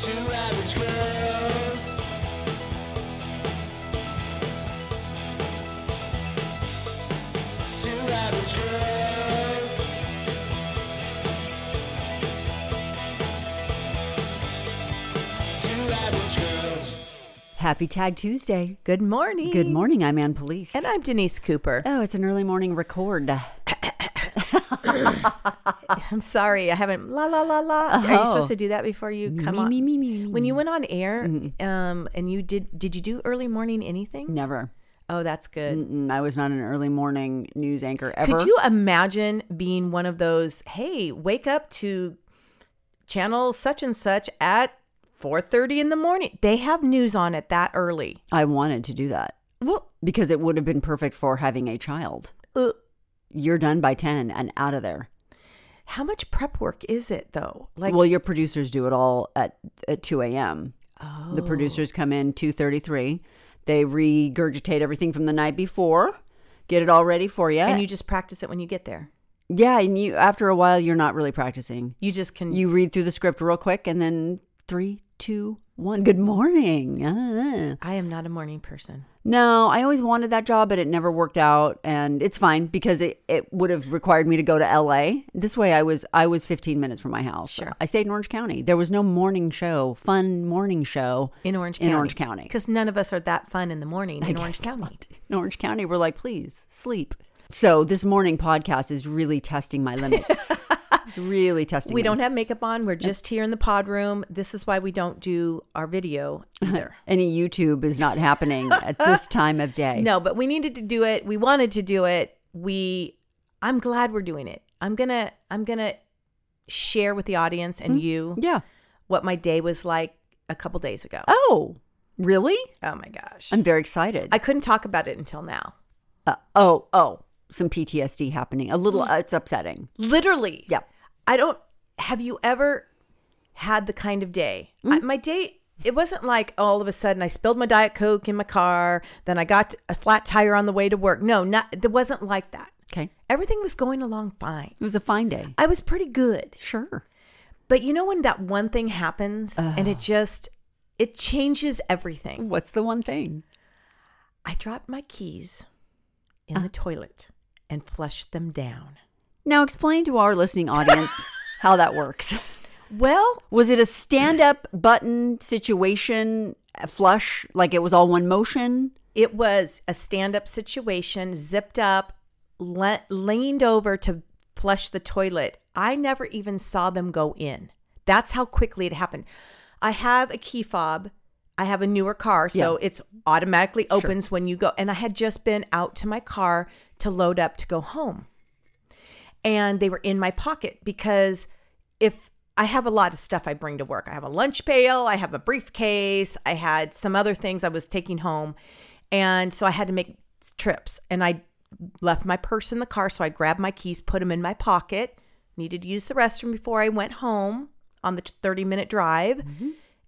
Two average girls. Two average girls. Two average girls. Happy Tag Tuesday. Good morning. Good morning. I'm Ann Police. And I'm Denise Cooper. oh, it's an early morning record. I'm sorry, I haven't la la la la. Are Oh. you supposed to do that before you come me, on? me, me, me, me, When you went on air, um, and you did, did you do early morning anything? Never. Oh, that's good. Mm, I was not an early morning news anchor ever. Could you imagine being one of those? Hey, wake up to channel such and such at four thirty in the morning. They have news on it that early. I wanted to do that Well, because it would have been perfect for having a child. uh, You're done by 10 and out of there. how much prep work is it though? Like, well, your producers do it all at, at 2 a.m. oh. The producers come in 2.33. They regurgitate everything from the night before, get it all ready for you. and you just practice it when you get there. yeah, and you after a while, you're not really practicing. You just can. You read through the script real quick and then three, two, one. Good morning. Ah. I am not a morning person. No, I always wanted that job, but it never worked out, and it's fine because it, it would have required me to go to L.A. This way, I was I was 15 minutes from my house. Sure. I stayed in Orange County. There was no morning show, fun morning show In Orange in County. Orange County. Because none of us are that fun in the morning I in Orange guess County. not. In Orange County, we're like, please sleep. So this morning podcast is really testing my limits. it's really testing. We them. don't have makeup on. We're just here in the pod room. This is why we don't do our video either. any YouTube is not happening at this time of day. no, but we needed to do it. We wanted to do it. We I'm glad we're doing it. I'm gonna I'm gonna share with the audience and you Mm-hmm. Yeah. what my day was like a couple days ago. Oh, Oh, really? my gosh. I'm very excited. I couldn't talk about it until now. Uh, oh, oh, some PTSD happening. A little, uh, it's upsetting. Literally. Yeah. I don't. Have you ever had the kind of day? I, my day. It wasn't like all of a sudden I spilled my diet coke in my car, then I got a flat tire on the way to work. No, not. It wasn't like that. Okay. Everything was going along fine. It was a fine day. I was pretty good. Sure. But you know when that one thing happens and it just it changes everything. What's the one thing? I dropped my keys in the toilet and flushed them down. Now explain to our listening audience how that works. Well, Was it a stand up button situation, a flush, like it was all one motion? It was a stand up situation, zipped up, le- leaned over to flush the toilet. I never even saw them go in. That's how quickly it happened. I have a key fob. I have a newer car, so it's automatically opens when you go. And I had just been out to my car to load up to go home. And they were in my pocket because if I have a lot of stuff I bring to work. I have a lunch pail, I have a briefcase, I had some other things I was taking home. And so I had to make trips and I left my purse in the car. So I grabbed my keys, put them in my pocket, needed to use the restroom before I went home on the 30 minute drive.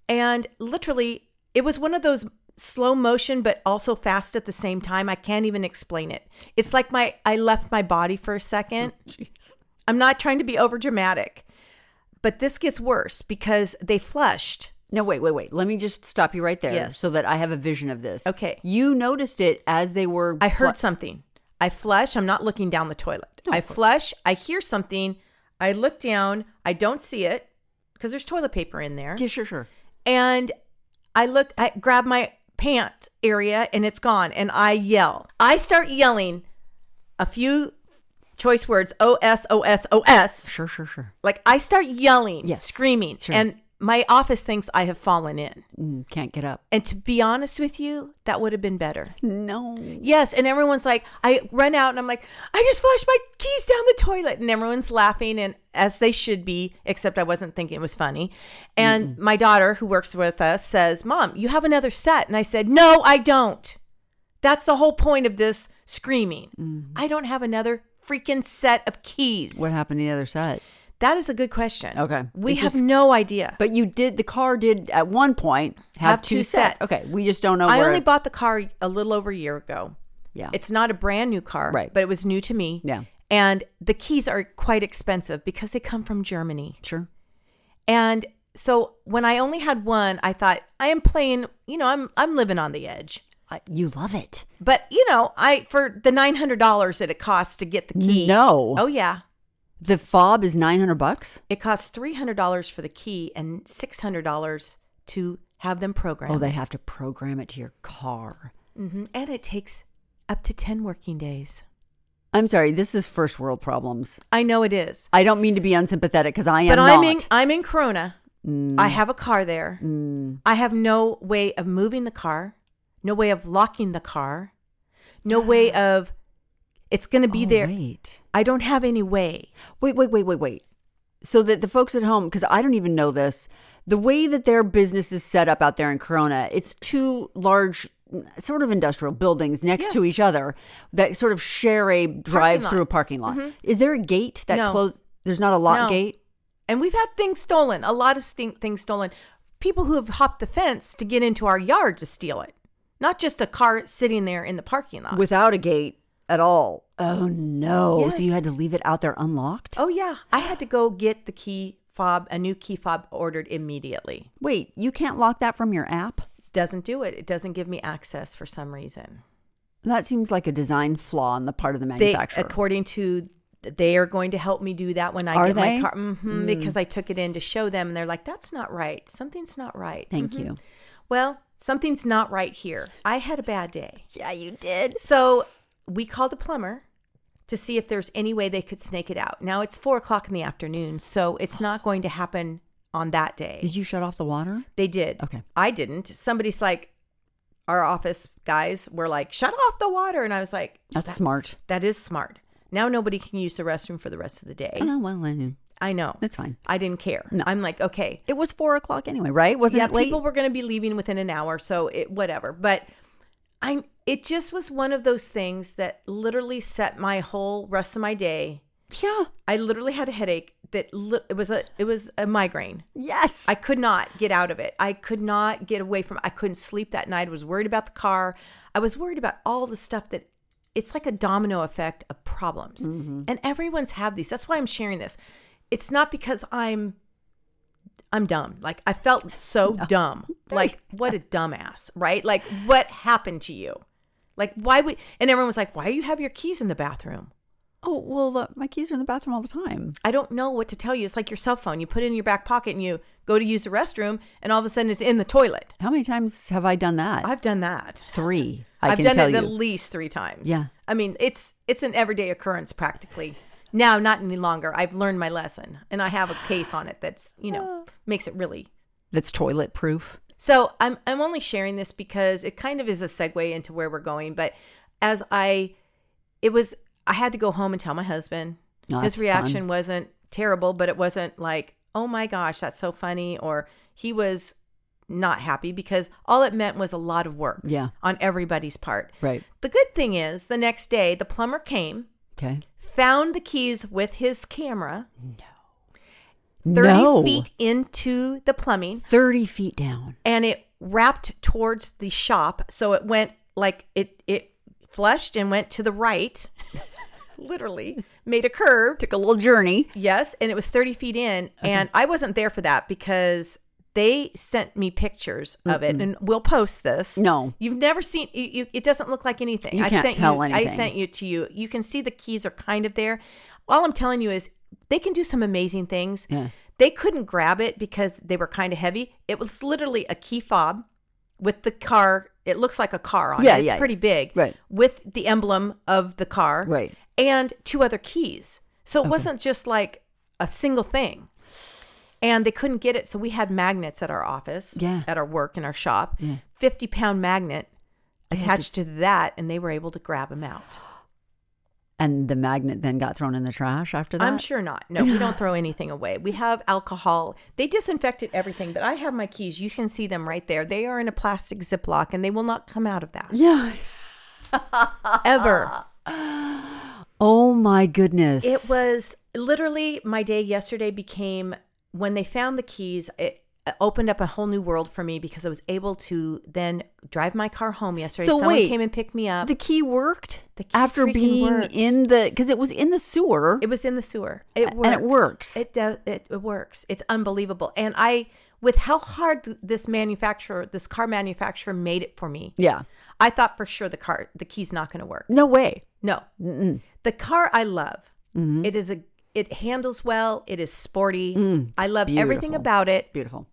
And literally, it was one of those slow motion, but also fast at the same time. I can't even explain it. It's like my, I left my body for a second. I'm not trying to be over dramatic, but this gets worse because they flushed. No, wait, wait, wait. Let me just stop you right there Yes. so that I have a vision of this. Okay. You noticed it as they were. I heard something. I flush. I'm not looking down the toilet. I flush. I hear something. I look down. I don't see it because there's toilet paper in there. Yeah, sure, sure. And I look, I grab my pant area and it's gone. And I yell. I start yelling a few choice words O S O S O S. Sure, sure, sure. Like I start yelling, Yes. screaming. Sure. And my office thinks I have fallen in. Mm, can't get up. And to be honest with you, that would have been better. No. Yes, and everyone's like, I run out and I'm like, I just flushed my keys down the toilet, and everyone's laughing, and as they should be, except I wasn't thinking it was funny. And my daughter, who works with us, says, "Mom, you have another set," and I said, "No, I don't. That's the whole point of this Mm-hmm. screaming. I don't have another freaking set of keys." What happened to the other side? That is a good question. Okay. We It have just- no idea. But you did. The car did at one point have, Have two sets. Okay, we just don't know. I where only it- bought the car a little over a year ago. Yeah. It's not a brand new car, Right. but it was new to me. Yeah. And the keys are quite expensive because they come from Germany. sure. And so when I only had one, I thought I am playing, you know, I'm I'm living on the edge. I, Uh, you love it. But, you know, I for the $900 that it costs to get the key. No. Oh yeah. The fob is nine hundred bucks. It costs $300 for the key and $600 to have them programmed. Oh, they have to program it to your car. hmm And it takes up to 10 working days. I'm sorry. This is first world problems. I know it is. I don't mean to be unsympathetic because I am but not. Mm. I'm in I'm in Corona. I have a car there. I have no way of moving the car, no way of locking the car, no way of it's going to be Oh, there. Wait. I don't have any way. Wait, wait, wait, wait, wait. So that the folks at home, because I don't even know this, the way that their business is set up out there in Corona, it's two large, sort of industrial buildings next to Yes. each other that sort of share a drive-through parking lot. Is there a gate that Mm-hmm. No. close? There's not a lot No. gate. And we've had things stolen, a lot of st- things stolen. People who have hopped the fence to get into our yard to steal it. Not just a car sitting there in the parking lot. without a gate at all. Oh no! So you Yes. had to leave it out there unlocked. oh yeah, I had to go get the key fob, a new key fob ordered immediately. Wait, you can't lock that from your app. Doesn't do it. It doesn't give me access for some reason. That seems like a design flaw on the part of the they manufacturer. according to they are going to help me do that when I Are get they? my car hmm because I took it in to show them and they're like that's not right something's not right Thank you. well something's not right here I had a bad day Yeah, you did. so we called a plumber to see if there's any way they could snake it out now it's four o'clock in the afternoon so it's not going to happen on that day Did you shut off the water? they did Okay. I didn't somebody's like our office guys were like shut off the water and I was like That's "That- smart. That is smart. Now nobody can use the restroom for the rest of the day. Oh, well, I knew. I know. That's fine. I didn't care. No. I'm like, okay. It was four o'clock anyway, right? Wasn't yeah, it late? people were going to be leaving within an hour, so it whatever. But I it just was one of those things that literally set my whole rest of my day. yeah. I literally had a headache that li- it was a it was a migraine. Yes. I could not get out of it. I could not get away from I couldn't sleep that night. I was worried about the car. I was worried about all the stuff that it's like a domino effect of problems. And everyone's had these. That's why I'm sharing this. It's not because I'm I'm dumb. Like I felt so dumb. Like what a dumbass, right? Like what happened to you? Like why would and everyone was like, "Why do you have your keys in the bathroom?" oh well, uh, my keys are in the bathroom all the time. I don't know what to tell you. It's like your cell phone. You put it in your back pocket and you go to use the restroom, and all of a sudden it's in the toilet. How many times have I done that? I've done that. Three. I have can done tell it you. at least three times. Yeah. I mean, it's it's an everyday occurrence practically. Now, not any longer. I've learned my lesson, and I have a case on it that's you Ah. know makes it really. That's toilet proof. So I'm I'm only sharing this because it kind of is a segue into where we're going. But as I, it was I had to go home and tell my husband. Oh, that's His fun. reaction wasn't terrible, but it wasn't like oh my gosh that's so funny or he was not happy because all it meant was a lot of work Yeah. on everybody's part. Right. The good thing is, the next day, the plumber came, Okay. found the keys with his camera 30 no. feet into the plumbing, Thirty feet down. and it wrapped towards the shop. So it went like it, it flushed and went to the right, literally made a curve. Took a little journey. Yes. And it was 30 feet in. And I wasn't there for that because they sent me pictures of it. And we'll post this. No. You've never seen you, you, it doesn't look like anything. You I can't sent tell you, I anything. sent you to you. You can see the keys are kind of there. All I'm telling you is they can do some amazing things. Yeah. They couldn't grab it because they were kind of heavy. It was literally a key fob with the car. It looks like a car on Yeah, it. It's yeah. pretty big. Right. With the emblem of the car. Right. And two other keys. So it wasn't just like a single thing and they couldn't get it. So we had magnets at our office, Yeah. at our work, in our shop, Yeah. 50 pound magnet They had to attached to that, and they were able to grab them out. And the magnet then got thrown in the trash after that? I'm sure not. No, we don't throw anything away. We have alcohol. They disinfected everything, but I have my keys. You can see them right there. They are in a plastic Ziploc, and they will not come out of that Yeah. ever. Oh my goodness. It was literally my day yesterday became when they found the keys it opened up a whole new world for me because i was able to then drive my car home yesterday So someone wait. came and picked me up The key worked The key after freaking being worked. in the because it was in the sewer. it was in the sewer it works and it works. it does it, it works it's unbelievable and i with how hard th- this manufacturer this car manufacturer made it for me yeah, i thought for sure the car the key's not going to work no way. No. The car I love. It is a it handles well, it is sporty. I love everything beautiful. about it. Beautiful.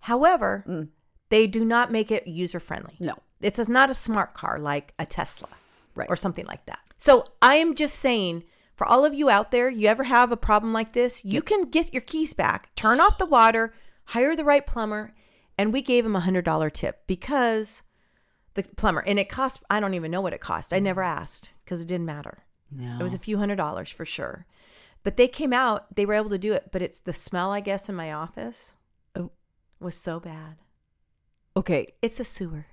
However, they do not make it user friendly. No. It's a- not a smart car like a Tesla Right. or something like that. So I am just saying for all of you out there, you ever have a problem like this, you can get your keys back, turn off the water, hire the right plumber, and we gave him a hundred dollar tip because the plumber and it cost I don't even know what it cost. I never asked because it didn't matter. No. It was a few hundred dollars for sure. But they came out, they were able to do it, but it's the smell, I guess, in my office Oh. was so bad. okay. It's a sewer.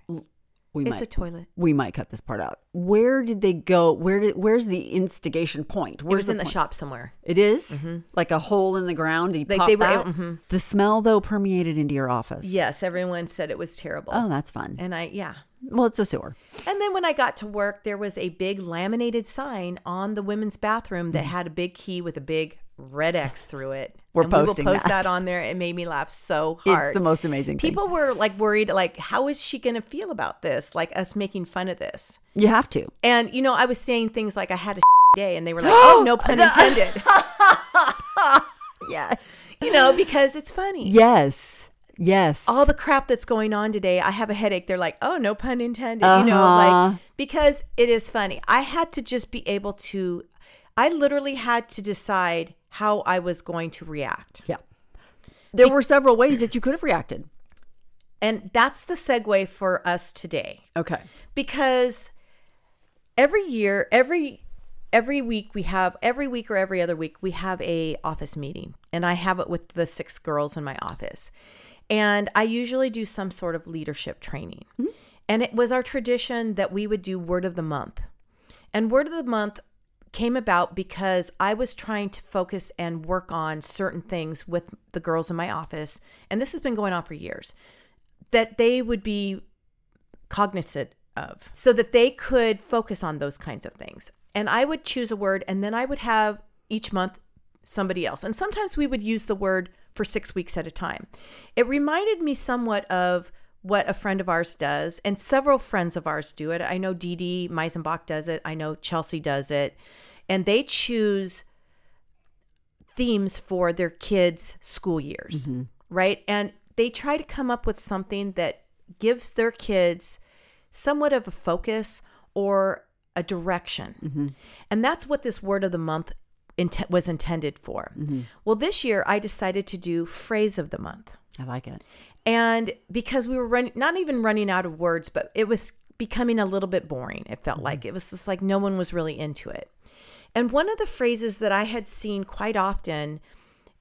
We it's might a toilet. we might cut this part out. Where did they go? Where did where's the instigation point? it Where's was in the point? shop somewhere. It is? like a hole in the ground. and You Like, pop they were- out? mhm. The smell though permeated into your office. Yes, everyone said it was terrible. Oh, that's fun. And I yeah. well, it's a sewer. And then when I got to work, there was a big laminated sign on the women's bathroom that had a big key with a big red X through it. Hmm. We're and posting we will post that. that. on there. It made me laugh so hard. It's the most amazing thing. People were like worried, like, how is she going to feel about this? Like us making fun of this. You have to. And you know, I was saying things like I had a day, and they were like, "Oh, no pun intended." Yes. you know, because it's funny. Yes. Yes. All the crap that's going on today, I have a headache. They're like, "Oh, no pun intended." You know, Uh-huh. like because it is funny. I had to just be able to. I literally had to decide how I was going to react, yeah. There were several ways that you could have reacted. and that's the segue for us today. Okay. because every year every every week we have every week or every other week we have a office meeting and i have it with the six girls in my office and i usually do some sort of leadership training and it was our tradition that we would do word of the month and word of the month came about because I was trying to focus and work on certain things with the girls in my office. And this has been going on for years that they would be cognizant of so that they could focus on those kinds of things. And I would choose a word and then I would have each month somebody else. And sometimes we would use the word for six weeks at a time. It reminded me somewhat of what a friend of ours does, and several friends of ours do it. I know Dee Dee Meisenbach does it, I know Chelsea does it, and they choose themes for their kids' school years, right? And they try to come up with something that gives their kids somewhat of a focus or a direction. And that's what this word of the month int- was intended for. Well, this year I decided to do phrase of the month. I like it. And because we were running, not even running out of words, but it was becoming a little bit boring. It felt like it was just like no one was really into it. And one of the phrases that I had seen quite often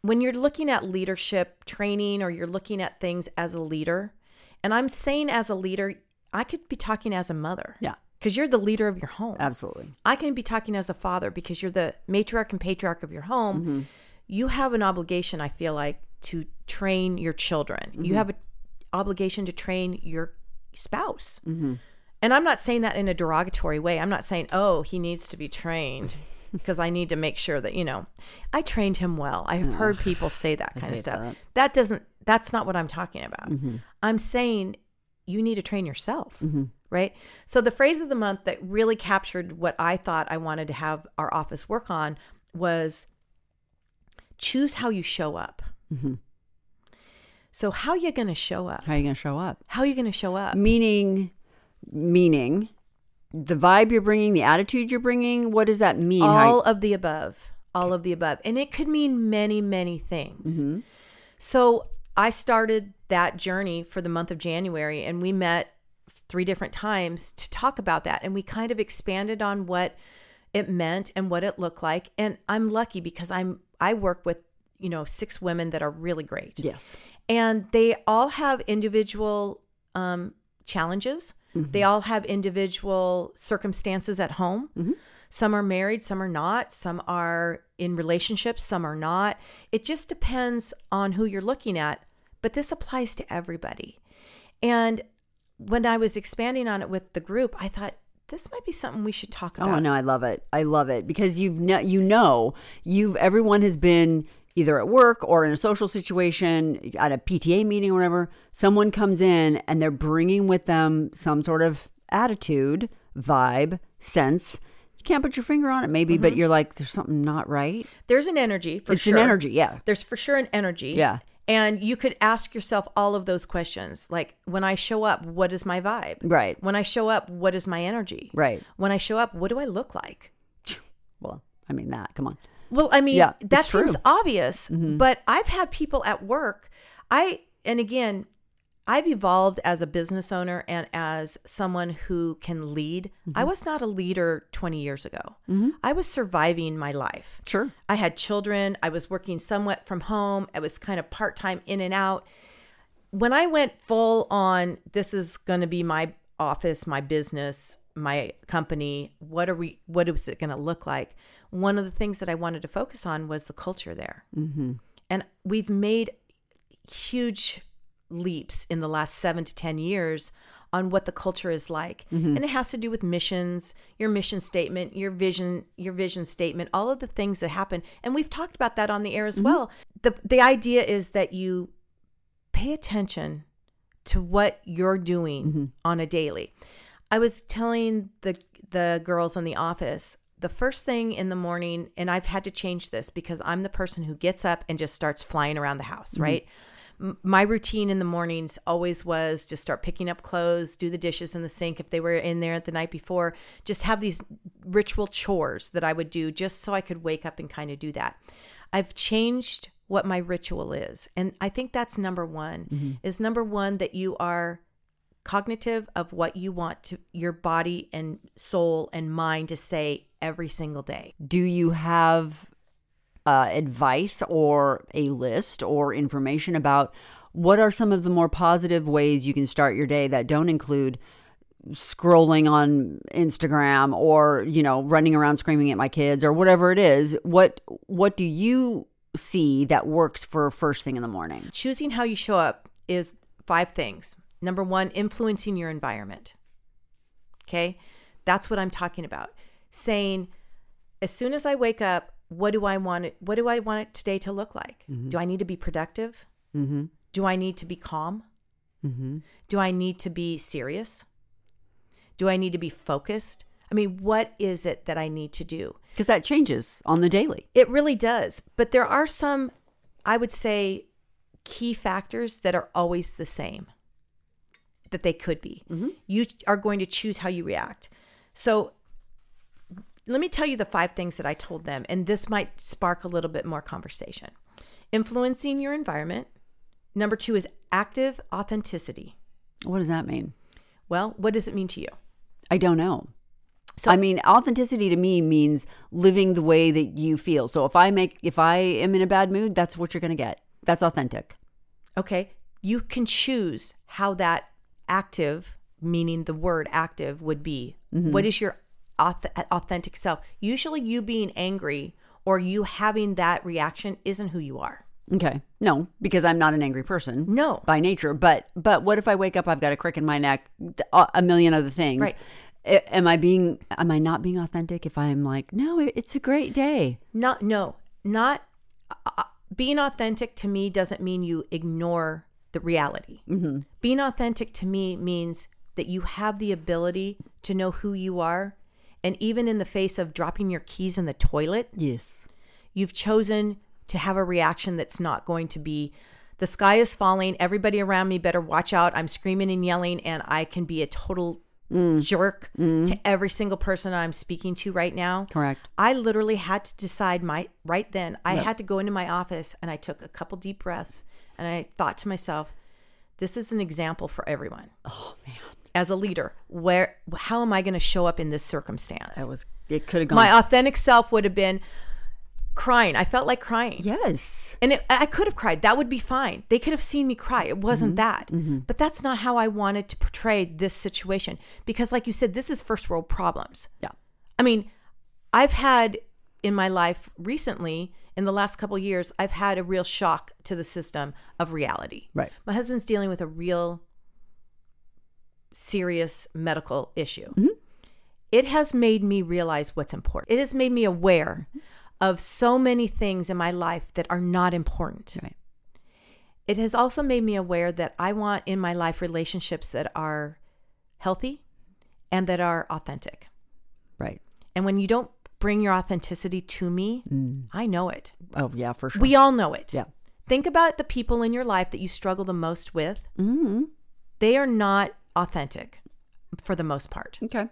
when you're looking at leadership training or you're looking at things as a leader, and I'm saying as a leader, I could be talking as a mother. Yeah. Because you're the leader of your home. Absolutely. I can be talking as a father because you're the matriarch and patriarch of your home. You have an obligation, I feel like, to train your children. You have an obligation to train your spouse. And I'm not saying that in a derogatory way. I'm not saying, oh, he needs to be trained because I need to make sure that, you know, I trained him well. I have heard people say that kind of hate stuff. that. That. doesn't, that's not what I'm talking about. I'm saying you need to train yourself, right? So the phrase of the month that really captured what I thought I wanted to have our office work on was choose how you show up. So how you going to show up? How are you going to show up? How you going to show up? meaning meaning the vibe you're bringing the attitude you're bringing what does that mean How- all of the above all of the above and it could mean many many things Mm-hmm. so i started that journey for the month of january and we met three different times to talk about that and we kind of expanded on what it meant and what it looked like and i'm lucky because i'm i work with you know six women that are really great yes and they all have individual um, challenges. Mm-hmm. They all have Mm-hmm. individual circumstances at home. Some are married, some are not, some are in relationships, some are not. It just depends on who you're looking at, but this applies to everybody. And when I was expanding on it with the group, I thought this might be something we should talk about. Oh no, I love it. I love it because you've kn- you know you've everyone has been either at work or in a social situation at a PTA meeting or whatever. Someone comes in and they're bringing with them some sort of attitude, vibe, sense. You can't put your finger on it, maybe, but you're like, there's something not right. There's an energy Mm-hmm. for it's sure. an energy, yeah. There's for sure an energy. Yeah. And you could ask yourself all of those questions. Like when I show up, what is my vibe? Right. When I show up, what is my energy? Right. When I show up, what do I look like? Well, I mean that. Come on. Well, I mean, Yeah, it's that seems true. Mm-hmm. obvious, but I've had people at work. I, and again, I've evolved as a business owner and as someone who can lead. I Mm-hmm. was not a leader 20 years ago. I was surviving my life. Sure. I had children. I was working somewhat from home. I was kind of part time in and out. When I went full on, this is going to be my office, my business, my company. What are we? What is it going to look like? One of the things that I wanted to focus on was the culture there, mm-hmm. and we've made huge leaps in the last seven to ten years on what the culture is like and it has to do with missions your mission statement your vision your vision statement all of the things that happen and we've talked about that on the air as well the the idea is that you pay attention to what you're doing on a daily i was telling the the girls in the office the first thing in the morning and i've had to change this because i'm the person who gets up and just starts flying around the house right M- my routine in the mornings always was just start picking up clothes, do the dishes in the sink if they were in there the night before, just have these ritual chores that I would do just so I could wake up and kind of do that. I've changed what my ritual is. And I think that's number one is number one that you are cognitive of what you want to your body and soul and mind to say every single day. Do you have uh, advice or a list or information about what are some of the more positive ways you can start your day that don't include scrolling on Instagram or you know running around screaming at my kids or whatever it is? What what do you see that works for first thing in the morning? choosing how you show up is five things. Number one, influencing your environment. Okay. That's what I'm talking about. Saying, as soon as I wake up, what do I want it? What do I want it today to look like? Do I need to be productive? Mm-hmm. Do I need to be calm? Mm-hmm. Do I need to be serious? Do I need to be focused? I mean, what is it that I need to do? Because that changes on the daily. It really does. But there are some, I would say, key factors that are always the same that they could be. You are going to choose how you react. So let me tell you the five things that I told them, and this might spark a little bit more conversation. Influencing your environment. Number two is active authenticity. What does that mean? Well, what does it mean to you? I don't know. So- I mean, authenticity to me means living the way that you feel. So if I make, if I am in a bad mood, that's what you're going to get. That's authentic. Okay. You can choose how that active, meaning the word active, would be. What is your auth- authentic self? Usually, you being angry or you having that reaction isn't who you are. Okay. No, because I'm not an angry person. No. by nature. But but what if I wake up? I've got a crick in my neck. th- A a million other things. Right. A- Am I being? Am I not being authentic? If I'm like, no, it- it's a great day. Not, no, not uh, being authentic to me doesn't mean you ignore the reality. Being authentic to me means that you have the ability to know who you are. And even in the face of dropping your keys in the toilet, Yes. you've chosen to have a reaction that's not going to be the sky is falling everybody around me better watch out i'm screaming and yelling and i can be a total Mm. jerk to every single person i'm speaking to right now Correct. i literally had to decide my right then i had to go into my office and i took a couple deep breaths and i thought to myself this is an example for everyone Oh man, as a leader where how am i going to show up in this circumstance that was. It could have gone. my authentic self would have been crying i felt like crying yes. and it, I could have cried. That would be fine. They could have seen me cry. It wasn't that. But that's not how I wanted to portray this situation. Because, like you said, this is first world problems. Yeah. I mean, I've had in my life recently, in the last couple years, I've had a real shock to the system of reality. Right. My husband's dealing with a real serious medical issue. It has made me realize what's important. It has made me aware of so many things in my life that are not important. Right. It has also made me aware that I want in my life relationships that are healthy and that are authentic. Right. And when you don't bring your authenticity to me, I know it. Oh yeah, for sure. We all know it. yeah. Think about the people in your life that you struggle the most with. Mm-hmm. They are not authentic for the most part. Okay.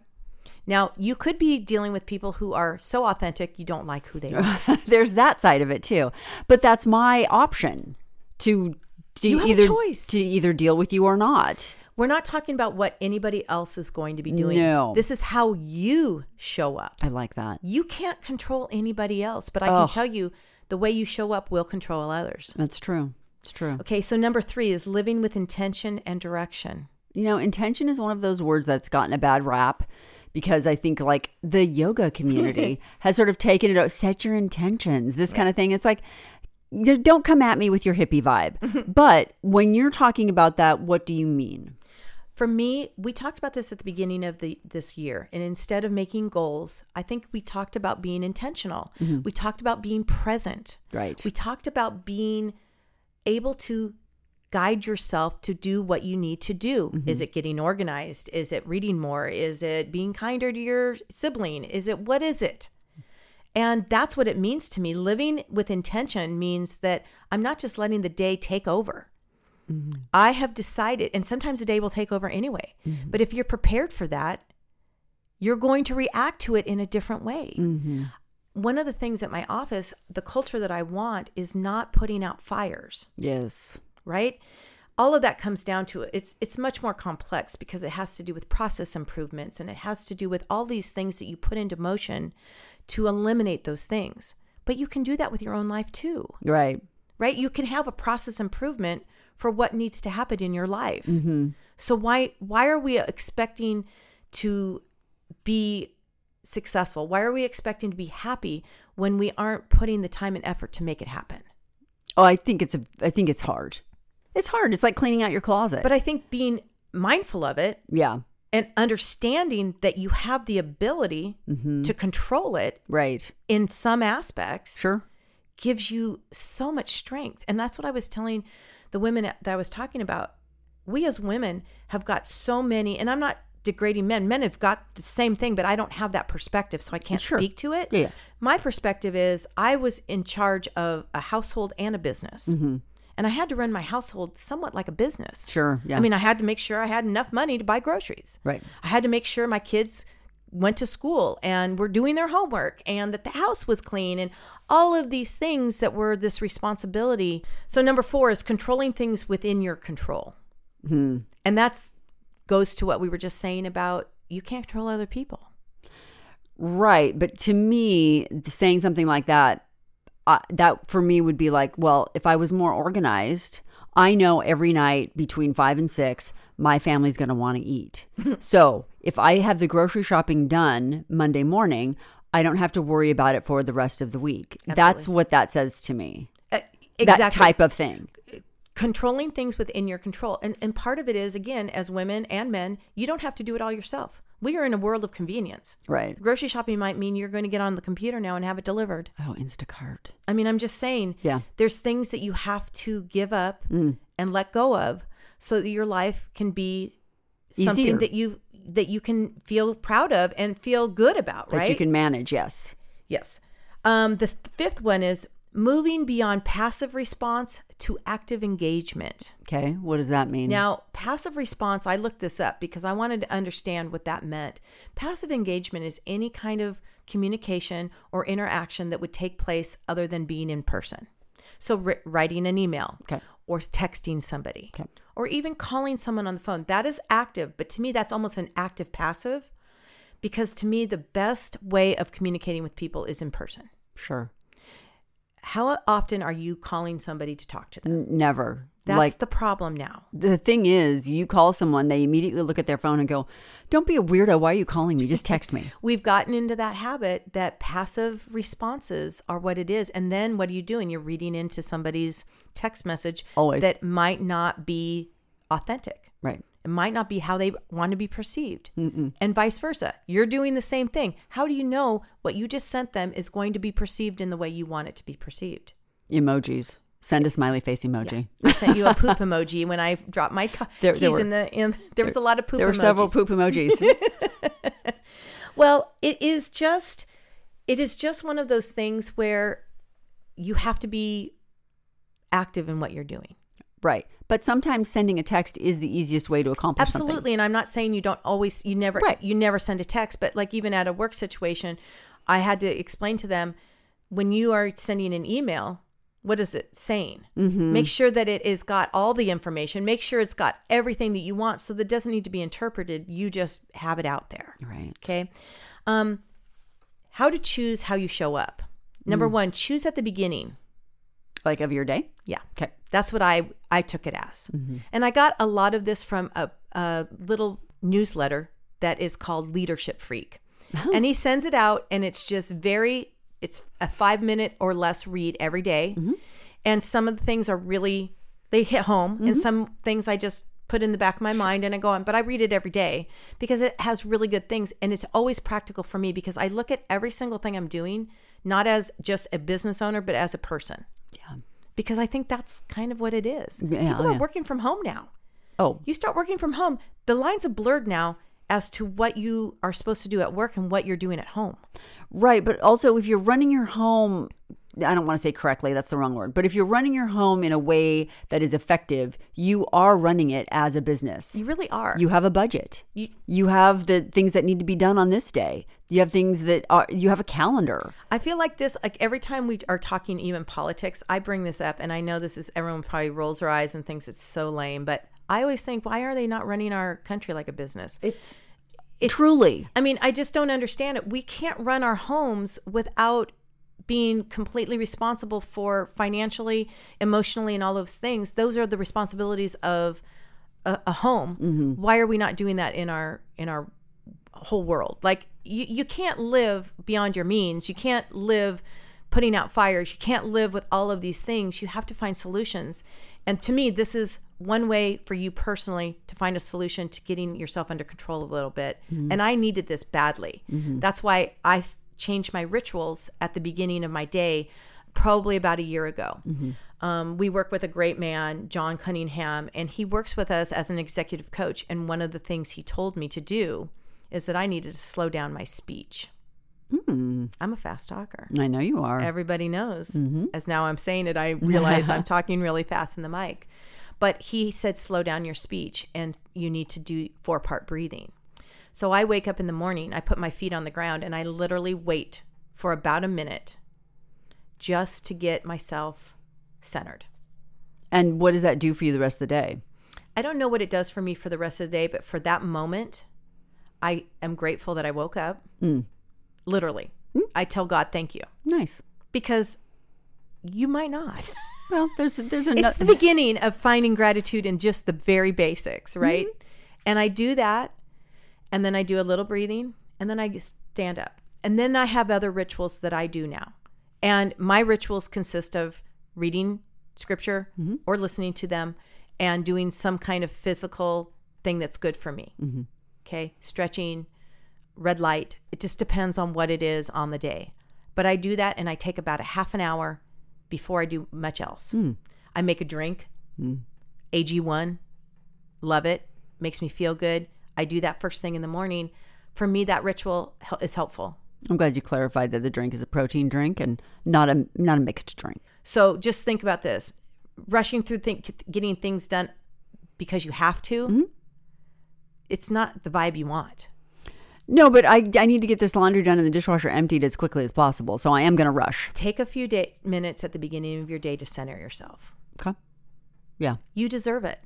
Now, you could be dealing with people who are so authentic you don't like who they are. There's that side of it too. But that's my option to, to You have a either choice. to either deal with you or not. We're not talking about what anybody else is going to be doing. No. This is how you show up. I like that. You can't control anybody else, but I can Oh. tell you the way you show up will control others. That's true. It's true. Okay, so number three is living with intention and direction. You know, intention is one of those words that's gotten a bad rap because I think like the yoga community has sort of taken it out. Set your intentions, this kind of thing. It's like, you- don't come at me with your hippie vibe. but when you're talking about that, what do you mean? For me, we talked about this at the beginning of the this year, and instead of making goals, I think we talked about being intentional. We talked about being present. Right. We talked about being able to guide yourself to do what you need to do. Is it getting organized? Is it reading more? Is it being kinder to your sibling? Is it what is it? And that's what it means to me. Living with intention means that I'm not just letting the day take over. I have decided, and sometimes the day will take over anyway. But if you're prepared for that, you're going to react to it in a different way. Mm. One of the things at my office, the culture that I want is not putting out fires, Yes. right? All of that comes down to it's it's much more complex because it has to do with process improvements and it has to do with all these things that you put into motion to eliminate those things. But you can do that with your own life too Right. right? You can have a process improvement for what needs to happen in your life. So why why are we expecting to be successful? Why are we expecting to be happy when we aren't putting the time and effort to make it happen? Oh, I think it's a. I think it's hard. It's hard. It's like cleaning out your closet. But I think being mindful of it yeah. and understanding that you have the ability to control it Right. in some aspects Sure. gives you so much strength. And that's what I was telling the women that I was talking about. We as women have got so many, and I'm not degrading men. Men have got the same thing, but I don't have that perspective, so I can't Sure. speak to it. Yeah, yeah. My perspective is I was in charge of a household and a business. Mm-hmm. And I had to run my household somewhat like a business. Sure, yeah. I mean, I had to make sure I had enough money to buy groceries. Right. I had to make sure my kids went to school and were doing their homework and that the house was clean and all of these things that were this responsibility. So number 4 is controlling things within your control. Hmm. And that's goes to what we were just saying about you can't control other people. Right, but to me, saying something like that, uh, that for me would be like, well, if I was more organized, I know every night between five and six, my family's going to want to eat. so if I have the grocery shopping done Monday morning, I don't have to worry about it for the rest of the week. That's what that says to me. Uh, That type of thing. controlling things within your control. And and part of it is again as women and men, you don't have to do it all yourself. We are in a world of convenience. Right. Grocery shopping might mean you're going to get on the computer now and have it delivered. Oh, Instacart. I mean, I'm just saying Yeah. Mm. there's things that you have to give up and let go of so that your life can be something Easier. that you that you can feel proud of and feel good about, That right? you can manage, yes. Yes. Um, the fifth one is moving beyond passive response to active engagement. Okay, what does that mean? Now, passive response, I looked this up because I wanted to understand what that meant. Passive engagement is any kind of communication or interaction that would take place other than being in person. So, wri- writing an email Okay. or texting somebody Okay. or even calling someone on the phone. That is active, but to me, that's almost an active passive because to me, the best way of communicating with people is in person. Sure. How often are you calling somebody to talk to them? N- never. That's Like- the problem now. The thing is, you call someone, they immediately look at their phone and go, Don't be a weirdo. Why are you calling me? Just text me. We've gotten into that habit that passive responses are what it is. And then what are you doing? You're reading into somebody's text message Always. that might not be authentic. right. It might not be how they want to be perceived, and vice versa. You're doing the same thing. How do you know what you just sent them is going to be perceived in the way you want it to be perceived? Emojis. Send a smiley face emoji. I sent you a poop emoji when I dropped my co- There- there keys were- in the in. There, was a lot of poop. There were emojis. several poop emojis. Well, it is just, it is just one of those things where you have to be active in what you're doing. right. But sometimes sending a text is the easiest way to accomplish something. absolutely and i'm not saying you don't always you never Right. you never send a text but like even at a work situation i had to explain to them when you are sending an email what is it saying Mm-hmm. make sure that it has got all the information make sure it's got everything that you want so that doesn't need to be interpreted you just have it out there Right. okay um how to choose how you show up number one choose at the beginning Like of your day. yeah Okay. that's what I I took it as, and I got a lot of this from a, a little newsletter that is called Leadership Freak, and he sends it out, and it's just very it's a five minute or less read every day. and some of the things are really they hit home, Mm-hmm. and some things I just put in the back of my mind and I go on, but I read it every day because it has really good things, and it's always practical for me because I look at every single thing I'm doing not as just a business owner, but as a person because I think that's kind of what it is. Yeah, People oh, are yeah. working from home now. Oh, You start working from home, the lines are blurred now as to what you are supposed to do at work and what you're doing at home. Right, but also if you're running your home, I don't want to say correctly, that's the wrong word, but if you're running your home in a way that is effective, you are running it as a business. You really are. You have a budget. You- You have the things that need to be done on this day. You have things that are, you have a calendar. I feel like this, like every time we are talking even politics, I bring this up and I know this is everyone probably rolls their eyes and thinks it's so lame, but I always think, why are they not running our country like a business? It's, It's- truly. I mean, I just don't understand it. We can't run our homes without being completely responsible for financially, emotionally, and all those things. Those are the responsibilities of a, a home. Why are we not doing that in our in our whole world? Like you, you can't live beyond your means. You can't live putting out fires. You can't live with all of these things. You have to find solutions. And to me, this is one way for you personally to find a solution to getting yourself under control a little bit. And I needed this badly. That's why I s- changed my rituals at the beginning of my day, probably about a year ago. Um, we work with a great man, John Cunningham, and he works with us as an executive coach. And one of the things he told me to do is that I needed to slow down my speech. I'm a fast talker. I know you are. Everybody knows. As now I'm saying it, I realize I'm talking really fast in the mic. But he said, slow down your speech and you need to do four part breathing. So I wake up in the morning, I put my feet on the ground, and I literally wait for about a minute just to get myself centered. And what does that do for you the rest of the day? I don't know what it does for me for the rest of the day, but for that moment, I am grateful that I woke up. Literally, I tell God, thank you, Nice. because you might not. Well, there's there's it's the another beginning of finding gratitude in just the very basics, right? And I do that, and then I do a little breathing, and then I just stand up. And then I have other rituals that I do now. And my rituals consist of reading scripture or listening to them and doing some kind of physical thing that's good for me. Okay. Stretching, red light. It just depends on what it is on the day. But I do that and I take about a half an hour before I do much else. I make a drink, AG1, love it, makes me feel good. I do that first thing in the morning. For me, that ritual hel- is helpful. I'm glad you clarified that the drink is a protein drink and not a not a mixed drink. So just think about this rushing through think, getting things done because you have to, it's not the vibe you want. No, but I, I need to get this laundry done and the dishwasher emptied as quickly as possible. So I am going to rush. Take a few day- minutes at the beginning of your day to center yourself. Okay. Yeah. You deserve it.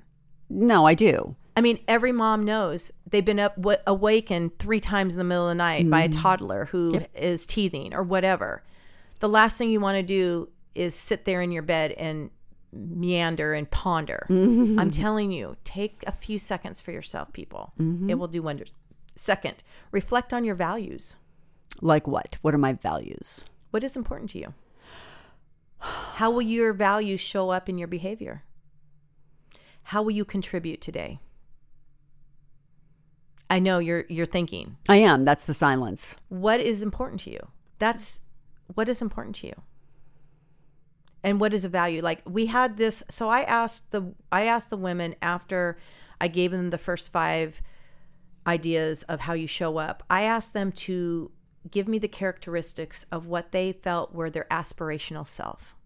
No, I do. I mean, every mom knows they've been up w- awakened three times in the middle of the night by a toddler who is teething or whatever. The last thing you want to do is sit there in your bed and meander and ponder. I'm telling you, take a few seconds for yourself, people. It will do wonders. Second, reflect on your values. Like what? What are my values? What is important to you? How will your values show up in your behavior? How will you contribute today? I know you're you're thinking, I am. That's the silence. what is important to you? That's what is important to you. And what is a value? Like we had this so I asked the I asked the women after I gave them the first 5 ideas of how you show up. I asked them to give me the characteristics of what they felt were their aspirational self.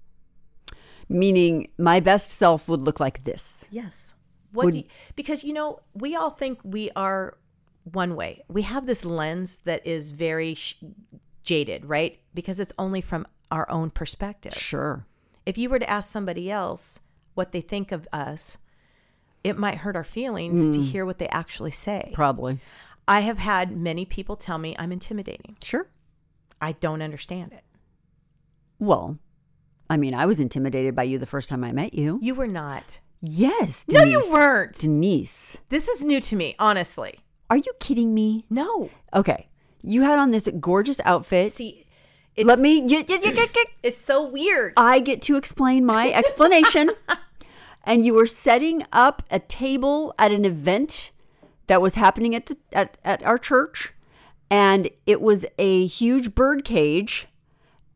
Meaning, my best self would look like this. Yes. What do you, because you know we all think we are one way. We have this lens that is very sh- jaded, right? Because it's only from our own perspective. Sure. If you were to ask somebody else what they think of us, it might hurt our feelings to hear what they actually say. Probably. I have had many people tell me I'm intimidating. Sure. I don't understand it. Well, I mean, I was intimidated by you the first time I met you. You were not. Yes. No, you Denise. weren't. Denise, This is new to me, honestly. are you kidding me? No. Okay. You had on this gorgeous outfit. See, it's, Let me. y- y- y- y- It's so weird. I get to explain my explanation. and you were setting up a table at an event that was happening at the at, at our church. And it was a huge bird cage.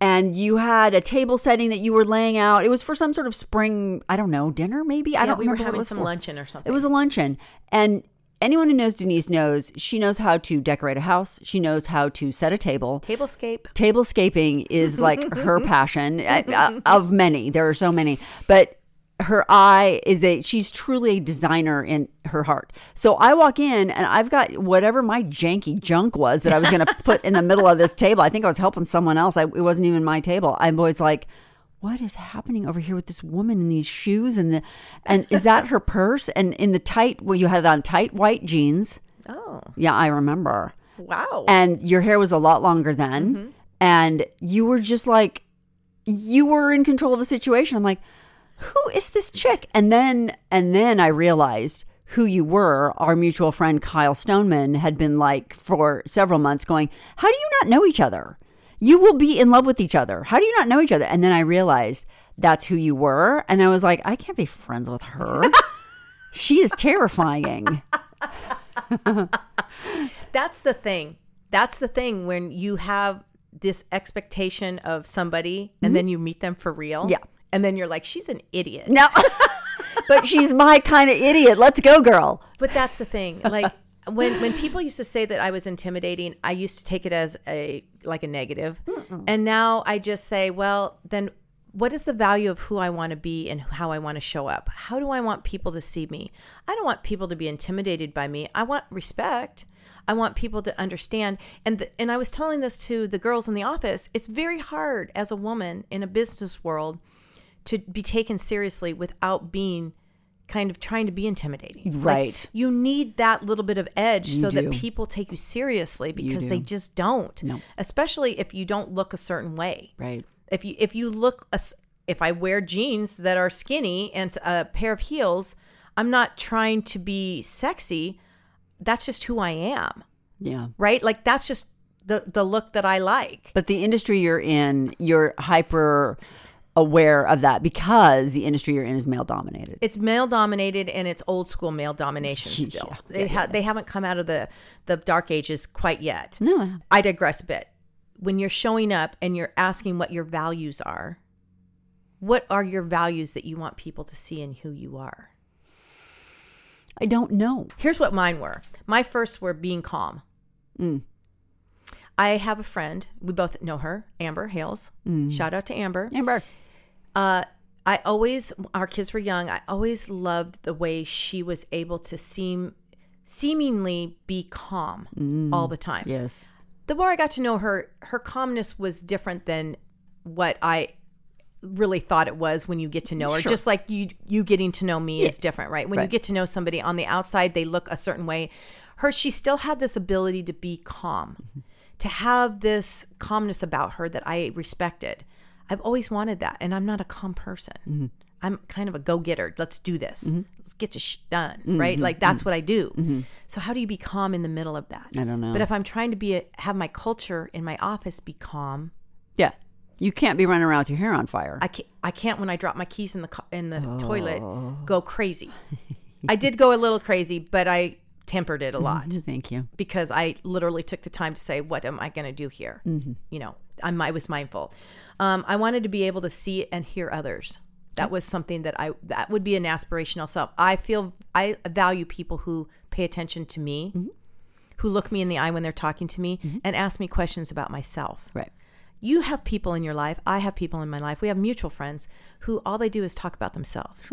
And you had a table setting that you were laying out. It was for some sort of spring, I don't know, dinner maybe. I Yeah, don't we were remember what it having was some for. luncheon or It something. was a luncheon. And anyone who knows Denise knows she knows how to decorate a house. She knows how to set a table. tablescape. Tablescaping is like her passion uh, uh, of many. There are so many, but her eye is a she's truly a designer in her heart. So I walk in and I've got whatever my janky junk was that I was going to put in the middle of this table. I think I was helping someone else. I, it wasn't even my table. I'm always like what is happening over here with this woman in these shoes and the and is that her purse and in the tight well you had on tight white jeans. Oh, Yeah, I remember wow. and your hair was a lot longer then and you were just like you were in control of the situation i'm like who is this chick and then and then i realized who you were our mutual friend kyle stoneman had been like for several months going how do you not know each other you will be in love with each other how do you not know each other and then i realized that's who you were and i was like i can't be friends with her she is terrifying That's the thing. That's the thing when you have this expectation of somebody and then you meet them for real. Mm-hmm. Yeah. And then you're like, she's an idiot. No. but she's my kind of idiot. Let's go, girl. But that's the thing. Like when when people used to say that I was intimidating, I used to take it as a like a negative. And now I just say, well, then what is the value of who I want to be and how I want to show up? How do I want people to see me? I don't want people to be intimidated by me. I want respect. I want people to understand. And th- and I was telling this to the girls in the office. It's very hard as a woman in a business world to be taken seriously without being kind of trying to be intimidating. Like, Right. you need that little bit of edge so do. that people take you seriously because they just don't. No. Especially if you don't look a certain way. Right. If you if you look a s if I wear jeans that are skinny and a pair of heels, I'm not trying to be sexy. That's just who I am, Yeah. right? Like that's just the the look that I like. But the industry you're in, you're hyper aware of that because the industry you're in is male dominated. it's male dominated and it's old school male domination Yeah, still. yeah, they, ha- they haven't come out of the, the dark ages quite yet. No. I digress a bit. When you're showing up and you're asking what your values are, what are your values that you want people to see in who you are? I don't know. Here's what mine were. My first were being calm. Mm. I have a friend, we both know her, Amber Hales. Shout out to Amber. Amber. Uh, I always, our kids were young. I always loved the way she was able to seem, seemingly be calm all the time. Yes. The more I got to know her, her calmness was different than what I really thought it was when you get to know her. Sure. Just like you, you getting to know me is different, right? When you Right. get to know somebody on the outside, they look a certain way. Her, she still had this ability to be calm, Mm-hmm. to have this Mm-hmm. calmness about her that I respected. I've always wanted that, and I'm not a calm person. I'm kind of a go getter. Let's do this. Let's get your shit done. Mm-hmm. Right? Like that's what I do. So how do you be calm in the middle of that? I don't know. But if I'm trying to be a, have my culture in my office be calm, Yeah. You can't be running around with your hair on fire. I can't, I can't when I drop my keys in the co- in the toilet Oh. go crazy. I did go a little crazy, but I tempered it a lot Thank you. because I literally took the time to say, "What am I going to do here?" You know, I'm, I was mindful. Um, I wanted to be able to see and hear others. That was something that I that would be an aspirational self. I feel I value people who pay attention to me, who look me in the eye when they're talking to me, and ask me questions about myself Right. you have people in your life. I have people in my life. We have mutual friends who all they do is talk about themselves.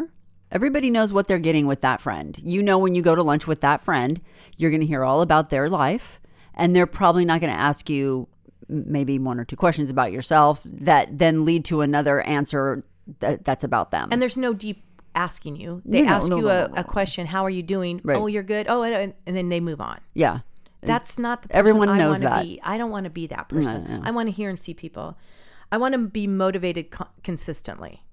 Everybody knows what they're getting with that friend. You know, when you go to lunch with that friend, you're going to hear all about their life, and they're probably not going to ask you m- maybe one or two questions about yourself that then lead to another answer that, that's about them. And there's no deep asking you. They No, no, ask no, you no, a, no, no, a question How are you doing? Right. Oh, you're good. Oh, and, and then they move on. yeah. That's not the person Everyone I knows want to that. be. I don't want to be that person. no. I want to hear and see people. I want to be motivated co- consistently.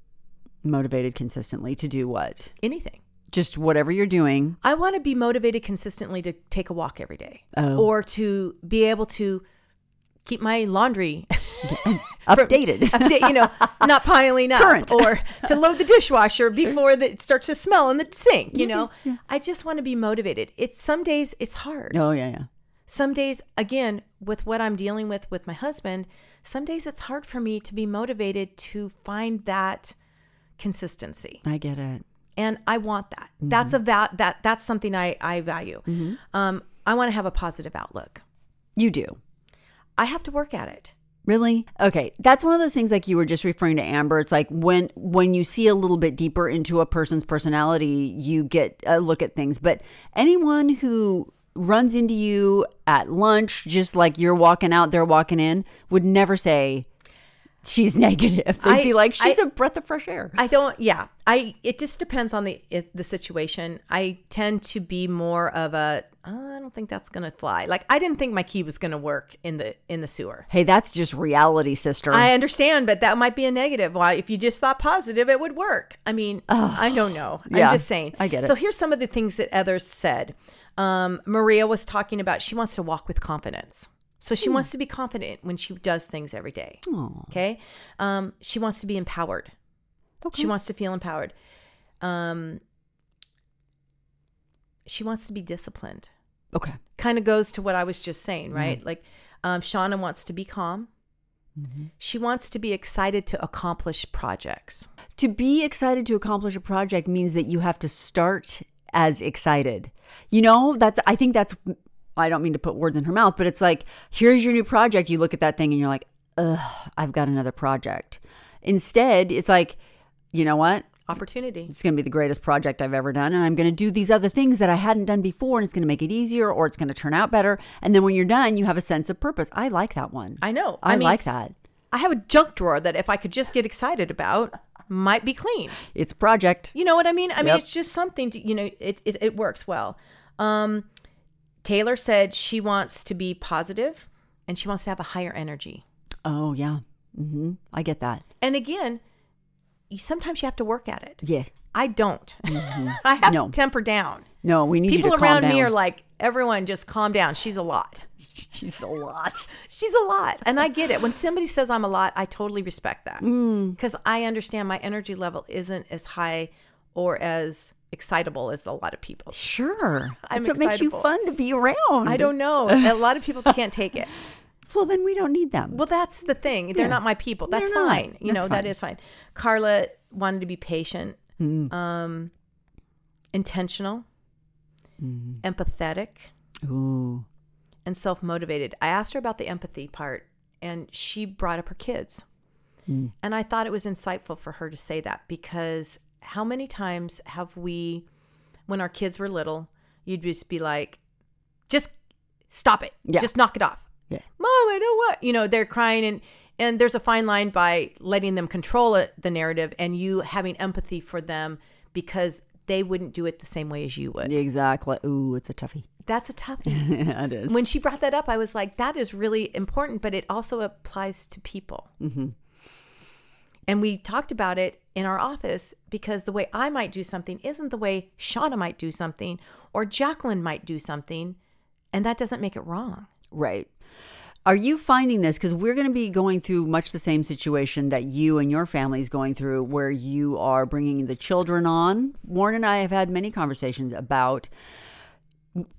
Motivated consistently to do what? Anything. Just whatever you're doing. I want to be motivated consistently to take a walk every day Oh. or to be able to keep my laundry Updated. update, you know, not piling up Current. or to load the dishwasher before the, it starts to smell in the sink, you know. I just want to be motivated. It's some days it's hard. oh, yeah, yeah. Some days again with what I'm dealing with with my husband, some days it's hard for me to be motivated to find that consistency I get it. and I want that. Mm-hmm. That's a val- that that's something I I value. Um I want to have a positive outlook. You do. I have to work at it. Really? Okay, that's one of those things like you were just referring to Amber. It's like when when you see a little bit deeper into a person's personality, you get a look at things. But anyone who runs into you at lunch just like you're walking out, they're walking in, would never say she's negative. They'd I- be like she's I- a breath of fresh air. I don't. Yeah, I. It just depends on the it, the situation. I tend to be more of a. "Oh, I don't think that's gonna fly. Like I didn't think my key was gonna work in the in the sewer. hey, that's just reality, sister. I understand, but that might be a negative. Why, if you just thought positive, it would work. I mean, I don't know. Yeah, I'm just saying. I get it. So here's some of the things that others said. Um, Maria was talking about she wants to walk with confidence. So Hmm. she wants to be confident when she does things every day. Okay. Um, she wants to be empowered. She wants to feel empowered. Um, she wants to be disciplined. okay. Kind of goes to what I was just saying, Mm-hmm. right? Like, um, Shauna wants to be calm. Mm-hmm. She wants to be excited to accomplish projects. To be excited to accomplish a project means that you have to start as excited. You know, that's, I think that's, I don't mean to put words in her mouth, but it's like, here's your new project. You look at that thing and you're like, ugh, I've got another project. Instead, it's like, you know what? Opportunity. It's going to be the greatest project I've ever done. And I'm going to do these other things that I hadn't done before. And it's going to make it easier or it's going to turn out better. And then when you're done, you have a sense of purpose. I like that one. I know. I, I mean- like that. I have a junk drawer that if I could just get excited about, might be clean. It's a project. You know what I mean? I mean, Yep. it's just something to, you know, it, it, it works well. Um, Taylor said she wants to be positive and she wants to have a higher energy. Oh, yeah. hmm I get that. And again, you, sometimes you have to work at it. Yeah. I don't. I have Mm-hmm. No. to temper down. No, we need you People to calm around me down. are like, everyone, just calm down. She's a lot. She's a lot. She's a lot. And I get it. When somebody says I'm a lot, I totally respect that Mm. because I understand my energy level isn't as high or as excitable as a lot of people. Sure. I'm That's what makes you excitable. fun to be around. I don't know. A lot of people can't take it. Well, then we don't need them. Well, that's the thing. They're Yeah. not my people. That's They're not. fine. You That's know, that fine. is fine. Carla wanted to be patient, Mm. um, intentional, Mm-hmm. empathetic, Ooh. and self motivated. I asked her about the empathy part, and she brought up her kids. Mm. And I thought it was insightful for her to say that because how many times have we, when our kids were little, you'd just be like, just stop it, Yeah. just knock it off. Yeah. Mom, I don't want, you know, they're crying and and there's a fine line by letting them control it, the narrative and you having empathy for them because they wouldn't do it the same way as you would. Exactly. Ooh, it's a toughie. That's a toughie Yeah, it is. when she brought that up, I was like, that is really important, but it also applies to people. Mm-hmm. And we talked about it in our office because the way I might do something isn't the way Shauna might do something or Jacqueline might do something. And that doesn't make it wrong. Right. Are you finding this? Because we're going to be going through much the same situation that you and your family is going through, where you are bringing the children on. Warren and I have had many conversations about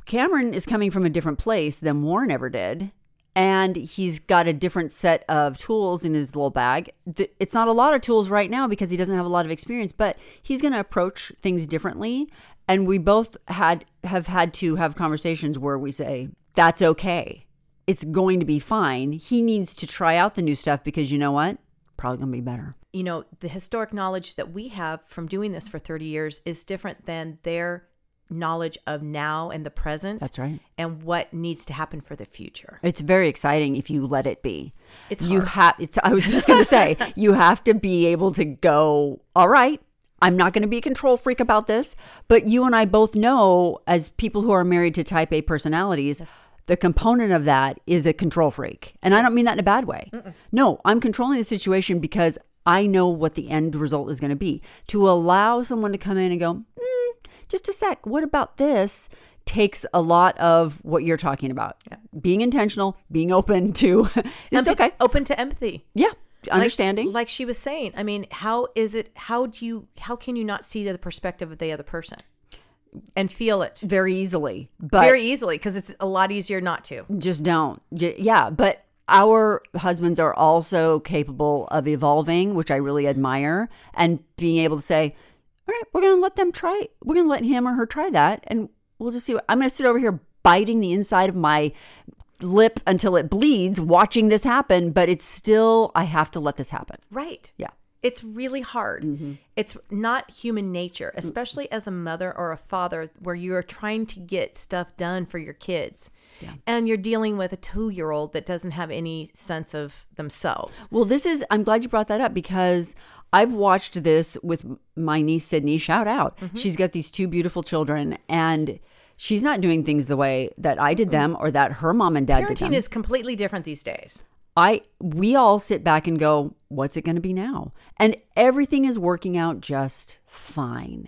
Cameron is coming from a different place than Warren ever did. And he's got a different set of tools in his little bag. D- It's not a lot of tools right now because he doesn't have a lot of experience, but he's going to approach things differently. And we both had have had to have conversations where we say that's okay. It's going to be fine. He needs to try out the new stuff because you know what? Probably going to be better. You know, the historic knowledge that we have from doing this for 30 years is different than their knowledge of now and the present That's right. and what needs to happen for the future. It's very exciting if you let it be. It's you hard. have. It's. I was just gonna say you have to be able to go. All right, I'm not gonna be a control freak about this. But you and I both know, as people who are married to Type A personalities, the component of that is a control freak, and I don't mean that in a bad way. No, I'm controlling the situation because I know what the end result is gonna be. To allow someone to come in and go, mm, just a sec. What about this? Takes a lot of what you're talking about. Being intentional, being open to it's Empa- okay. Open to empathy. Yeah. Like- Understanding. Like, she was saying. I mean, how is it how do you how can you not see the perspective of the other person and feel it very e- easily. But very easily because it's a lot easier not to. just don't. J- yeah. But our husbands are also capable of evolving, which I really admire, and being able to say, all right, we're going to let them try. We're going to let him or her try that. And we'll just see what I'm going to sit over here biting the inside of my lip until it bleeds, watching this happen. But it's still, I have to let this happen. Right. Yeah. It's really hard. Mm-hmm. It's not human nature, especially as a mother or a father, where you are trying to get stuff done for your kids. And you're dealing with a two year old that doesn't have any sense of themselves. Well, this is, I'm glad you brought that up because I've watched this with my niece, Sydney. Shout out. Mm-hmm. She's got these two beautiful children, and she's not doing things the way that I did them or that her mom and dad did Parenting them. is completely different these days. I we all sit back and go, what's it going to be now? And everything is working out just fine.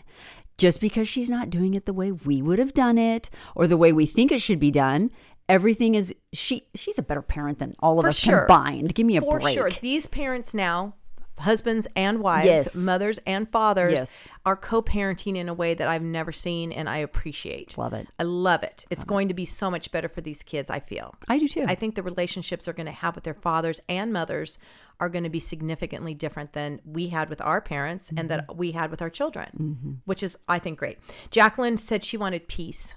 Just because she's not doing it the way we would have done it or the way we think it should be done, everything is she she's a better parent than all of For us sure. combined. Give me a For break. sure. These parents now, husbands and wives, Yes. mothers and fathers, Yes. are co parenting in a way that I've never seen and I appreciate. Love it. I love it. It's going to be so much better for these kids, I feel. I do too. I think the relationships are going to have with their fathers and mothers are going to be significantly different than we had with our parents and Mm-hmm. that we had with our children, which is, I think, great. Jacqueline said she wanted peace.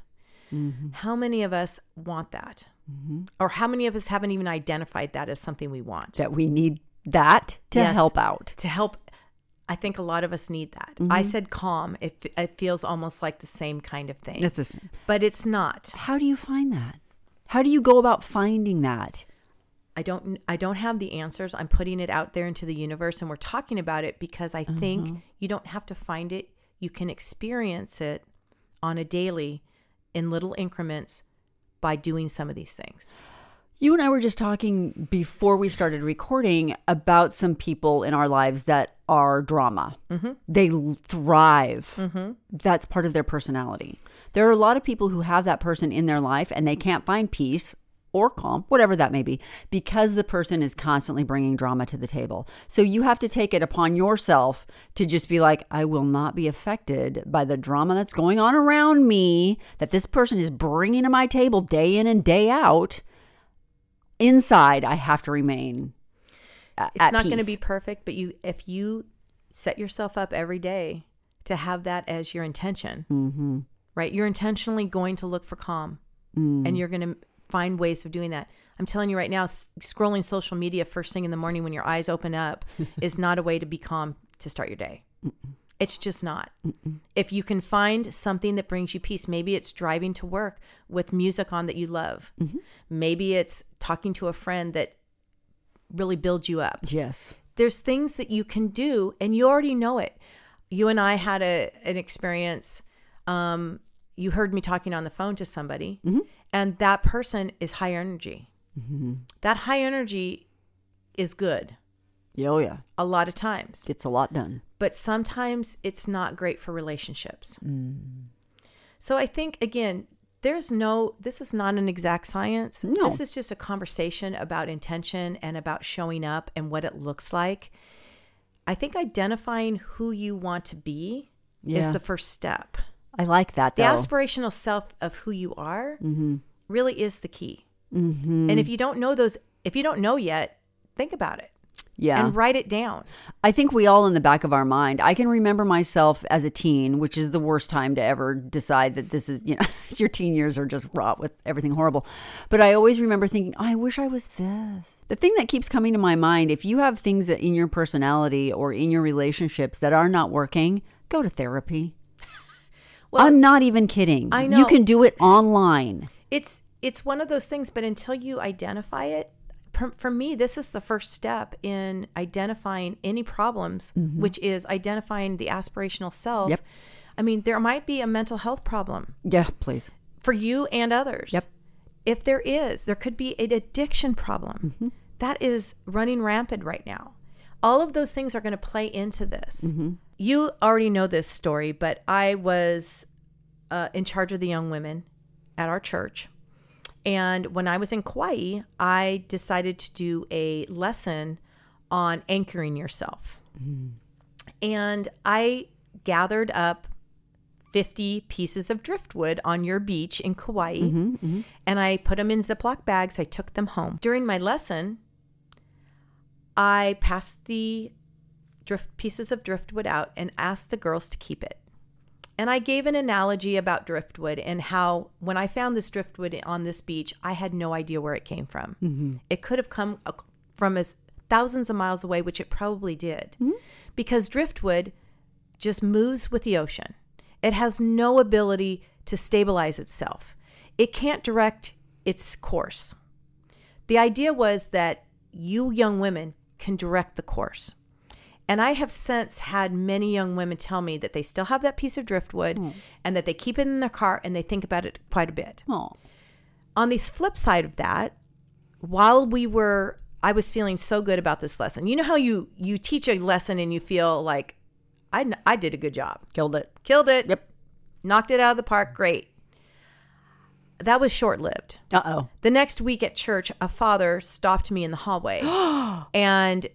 Mm-hmm. How many of us want that? Or how many of us haven't even identified that as something we want? that we need that to Yes. help out. To help, I think a lot of us need that. Mm-hmm. I said calm. It, it feels almost like the same kind of thing, That's the same. but it's not. How do you find that? How do you go about finding that? I don't I don't have the answers. I'm putting it out there into the universe and we're talking about it because I think you don't have to find it. You can experience it on a daily in little increments by doing some of these things. You and I were just talking before we started recording about some people in our lives that are drama. They l- thrive. Mm-hmm. That's part of their personality. There are a lot of people who have that person in their life and they can't find peace or calm, whatever that may be, because the person is constantly bringing drama to the table. So you have to take it upon yourself to just be like, I will not be affected by the drama that's going on around me that this person is bringing to my table day in and day out inside I have to remain. a- It's at not going to peace. be perfect, but you if you set yourself up every day to have that as your intention, Mm-hmm. right? You're intentionally going to look for calm, Mm. and you're going to find ways of doing that. I'm telling you right now, s- scrolling social media first thing in the morning when your eyes open up is not a way to be calm to start your day. It's just not. If you can find something that brings you peace, maybe it's driving to work with music on that you love. Mm-hmm. Maybe it's talking to a friend that really builds you up Yes. there's things that you can do and you already know it you and i had a an experience um you heard me talking on the phone to somebody and that person is high energy that high energy is good Oh, yeah. a lot of times. Gets a lot done. but sometimes it's not great for relationships. Mm. So I think again, there's no this is not an exact science. No. This is just a conversation about intention and about showing up and what it looks like. I think identifying who you want to be Yeah. is the first step. I like that, The though. Mm-hmm. aspirational self of who you are really is the key. And if you don't know those, if you don't know yet, think about it yeah. and write it down. I think we all in the back of our mind, I can remember myself as a teen, which is the worst time to ever decide that this is, you know, your teen years are just wrought with everything horrible. But I always remember thinking, I wish I was this. The thing that keeps coming to my mind, if you have things that in your personality or in your relationships that are not working, go to therapy. Well, I'm not even kidding. I You know. can do it online. it's it's one of those things but until you identify it for, for me this is the first step in identifying any problems which is identifying the aspirational self Yep. i mean there might be a mental health problem Yeah, please. for you and others Yep. if there is there could be an addiction problem that is running rampant right now all of those things are going to play into this you already know this story but i was uh, in charge of the young women at our church. And when I was in Kauai, I decided to do a lesson on anchoring yourself. And I gathered up 50 pieces of driftwood on your beach in Kauai and I put them in Ziploc bags. I took them home. During my lesson, I passed the drift pieces of driftwood out and asked the girls to keep it. And I gave an analogy about driftwood and how when I found this driftwood on this beach, I had no idea where it came from. It could have come ac- from as thousands of miles away, which it probably did, because driftwood just moves with the ocean. It has no ability to stabilize itself. It can't direct its course. The idea was that you young women can direct the course. And I have since had many young women tell me that they still have that piece of driftwood and that they keep it in their car and they think about it quite a bit. Oh, On the flip side of that, while we were I was feeling so good about this lesson. You know how you you teach a lesson and you feel like I kn- I did a good job. killed it. Killed it. Yep. Knocked it out of the park. Great. That was short-lived. Uh oh. The next week at church, a father stopped me in the hallway and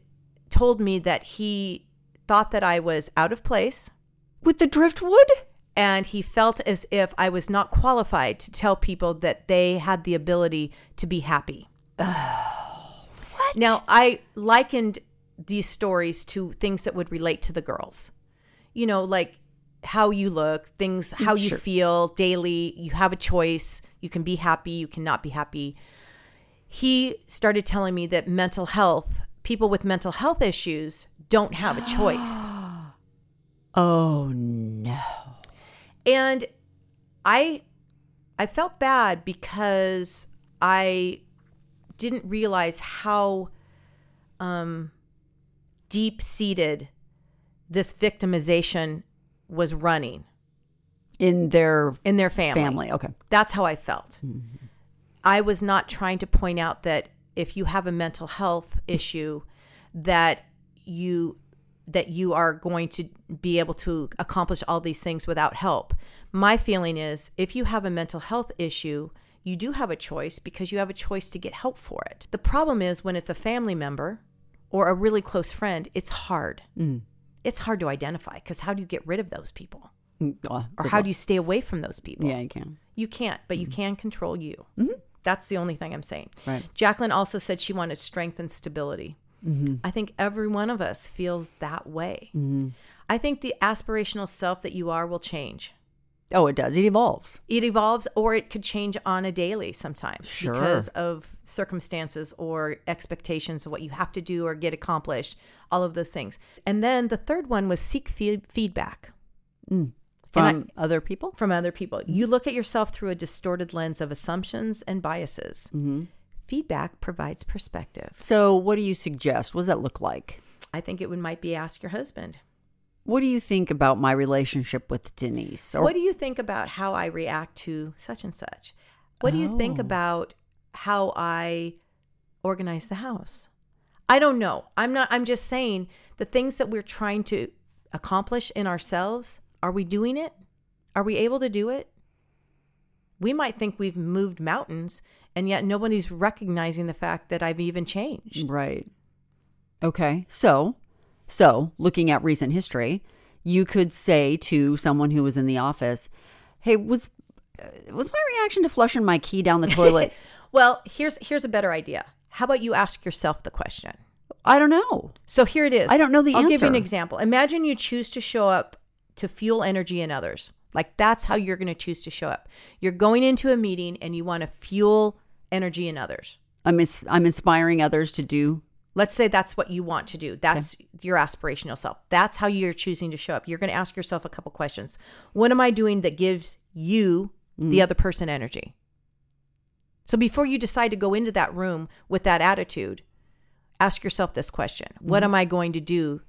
told me that he thought that I was out of place With the driftwood? and he felt as if I was not qualified to tell people that they had the ability to be happy. What? Now, I likened these stories to things that would relate to the girls. You know, like how you look, things, how you Sure. feel daily. You have a choice. You can be happy, you cannot be happy. He started telling me that mental health, people with mental health issues don't have a choice. Oh, no. and i i felt bad because i didn't realize how um deep seated this victimization was running In their in their family, family. Okay. that's how i felt Mm-hmm. i was not trying to point out that if you have a mental health issue that you that you are going to be able to accomplish all these things without help. My feeling is if you have a mental health issue, you do have a choice because you have a choice to get help for it. The problem is when it's a family member or a really close friend, it's hard. It's hard to identify because how do you get rid of those people? Mm, oh, Or good how luck. do you stay away from those people? Yeah, you can. You can't, but Mm-hmm. you can control you. That's the only thing I'm saying. Right. Jacqueline also said she wanted strength and stability. Mm-hmm. I think every one of us feels that way. I think the aspirational self that you are will change. Oh, it does. It evolves. It evolves or it could change on a daily sometimes Sure. because of circumstances or expectations of what you have to do or get accomplished, all of those things. And then the third one was seek fe- feedback. And I- Mm. From other people? from other people. You look at yourself through a distorted lens of assumptions and biases. Mm-hmm. Feedback provides perspective. So, what do you suggest? What does that look like? I think it would might be ask your husband. What do you think about my relationship with Denise? Or what do you think about how I react to such and such? What do you think Oh. about how I organize the house? I don't know. I'm not I'm just saying the things that we're trying to accomplish in ourselves, are we doing it? Are we able to do it? We might think we've moved mountains and yet nobody's recognizing the fact that I've even changed. Right. Okay. So, so looking at recent history, you could say to someone who was in the office, "Hey, was uh, was my reaction to flushing my key down the toilet? Well, here's here's a better idea. How about you ask yourself the question? I don't know. So here it is. I don't know the I'll give you an answer. example. Imagine you choose to show up to fuel energy in others. Like that's how you're going to choose to show up. You're going into a meeting and you want to fuel energy in others. I'm ins- I'm inspiring others to do. Let's say that's what you want to do. That's your aspirational self. That's how you're choosing to show up. You're going to ask yourself a couple questions. What am I doing that gives you, Mm. the other person, energy? So before you decide to go into that room with that attitude, ask yourself this question Mm-hmm. What am I going to do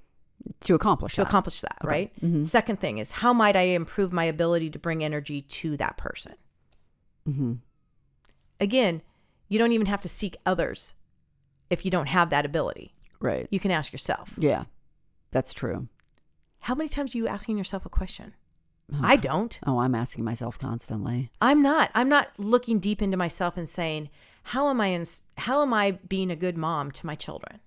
To accomplish to that. accomplish that, right? Second thing is how might I improve my ability to bring energy to that person? Mhm. Again, you don't even have to seek others if you don't have that ability. Right. You can ask yourself. Yeah. That's true. How many times are you asking yourself a question? I don't. Oh, I'm asking myself constantly. I'm not. I'm not looking deep into myself and saying, "How am I in, how am I being a good mom to my children?"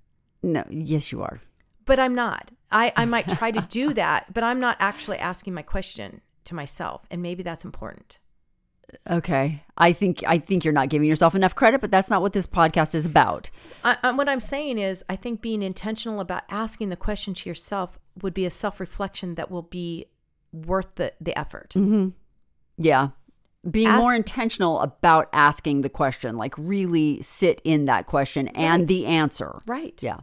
No, yes you are. But I'm not. I I might try to do that, but I'm not actually asking my question to myself, and maybe that's important. Okay. I think I think you're not giving yourself enough credit, but that's not what this podcast is about. I, I, what I'm saying is, I think being intentional about asking the question to yourself would be a self reflection that will be worth the, the effort. Yeah. Being more Ask- intentional about asking the question, like really sit in that question and the answer. Right. Yeah.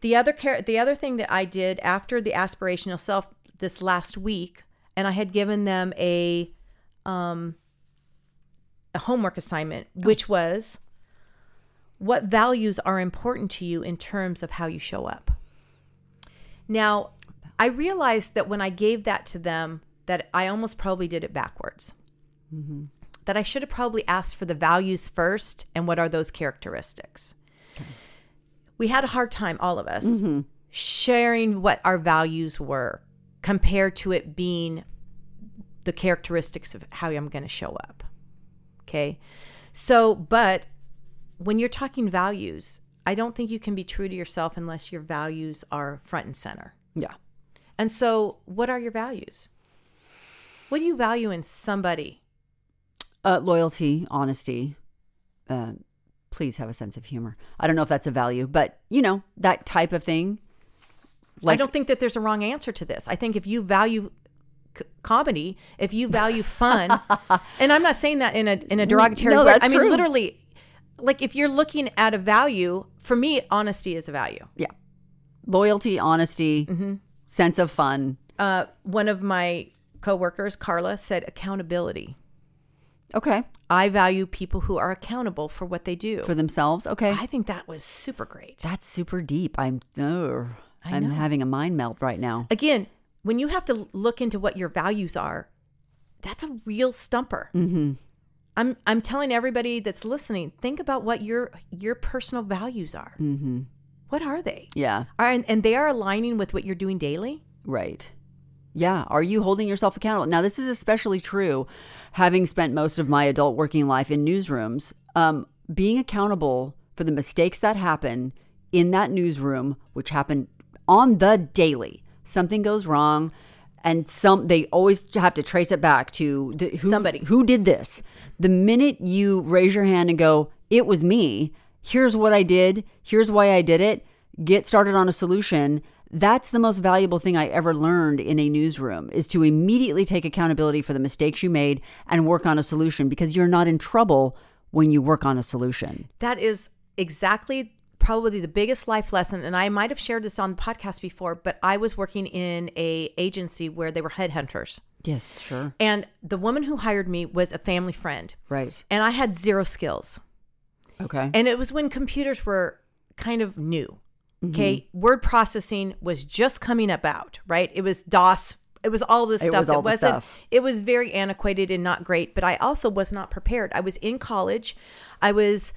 The other care, the other thing that I did after the aspirational self this last week, and I had given them a um a homework assignment, which was what values are important to you in terms of how you show up. Now, I realized that when I gave that to them, that I almost probably did it backwards. That I should have probably asked for the values first and what are those characteristics. We had a hard time, all of us, sharing what our values were compared to it being the characteristics of how I'm going to show up. Okay. So, but when you're talking values, I don't think you can be true to yourself unless your values are front and center. Yeah. And so, what are your values? What do you value in somebody? Uh, loyalty, honesty. Uh, please have a sense of humor. I don't know if that's a value, but you know, that type of thing. I don't think that there's a wrong answer to this. I think if you value c- comedy, if you value fun, and I'm not saying that in a in a derogatory Mm, no, way. that's I mean true. literally like if you're looking at a value, for me honesty is a value. Yeah. Loyalty, honesty, sense of fun. Uh, one of my coworkers, Carla, said accountability. Okay. I value people who are accountable for what they do. For themselves. Okay. I think that was super great. That's super deep. I'm oh, I I'm know. having a mind melt right now. Again, when you have to look into what your values are, that's a real stumper. Mm-hmm. I'm I'm telling everybody that's listening, think about what your your personal values are. What are they? Mm-hmm. Yeah. Are and, and they are aligning with what you're doing daily. Right. Yeah. Are you holding yourself accountable? Now, this is especially true having spent most of my adult working life in newsrooms. Um, being accountable for the mistakes that happen in that newsroom, which happen on the daily. Something goes wrong, and some they always have to trace it back to the, who, Somebody. who did this. The minute you raise your hand and go, "It was me. Here's what I did. Here's why I did it." Get started on a solution. That's the most valuable thing I ever learned in a newsroom is to immediately take accountability for the mistakes you made and work on a solution because you're not in trouble when you work on a solution. That is exactly probably the biggest life lesson and I might have shared this on the podcast before, but I was working in a agency where they were headhunters. Yes, sure. And the woman who hired me was a family friend. Right. And I had zero skills. Okay. And it was when computers were kind of new. Mm-hmm. Okay. Word processing was just coming about, right? It was DOS. It was all this It stuff was all that the wasn't, stuff. it was very antiquated and not great, but I also was not prepared. I was in college. I was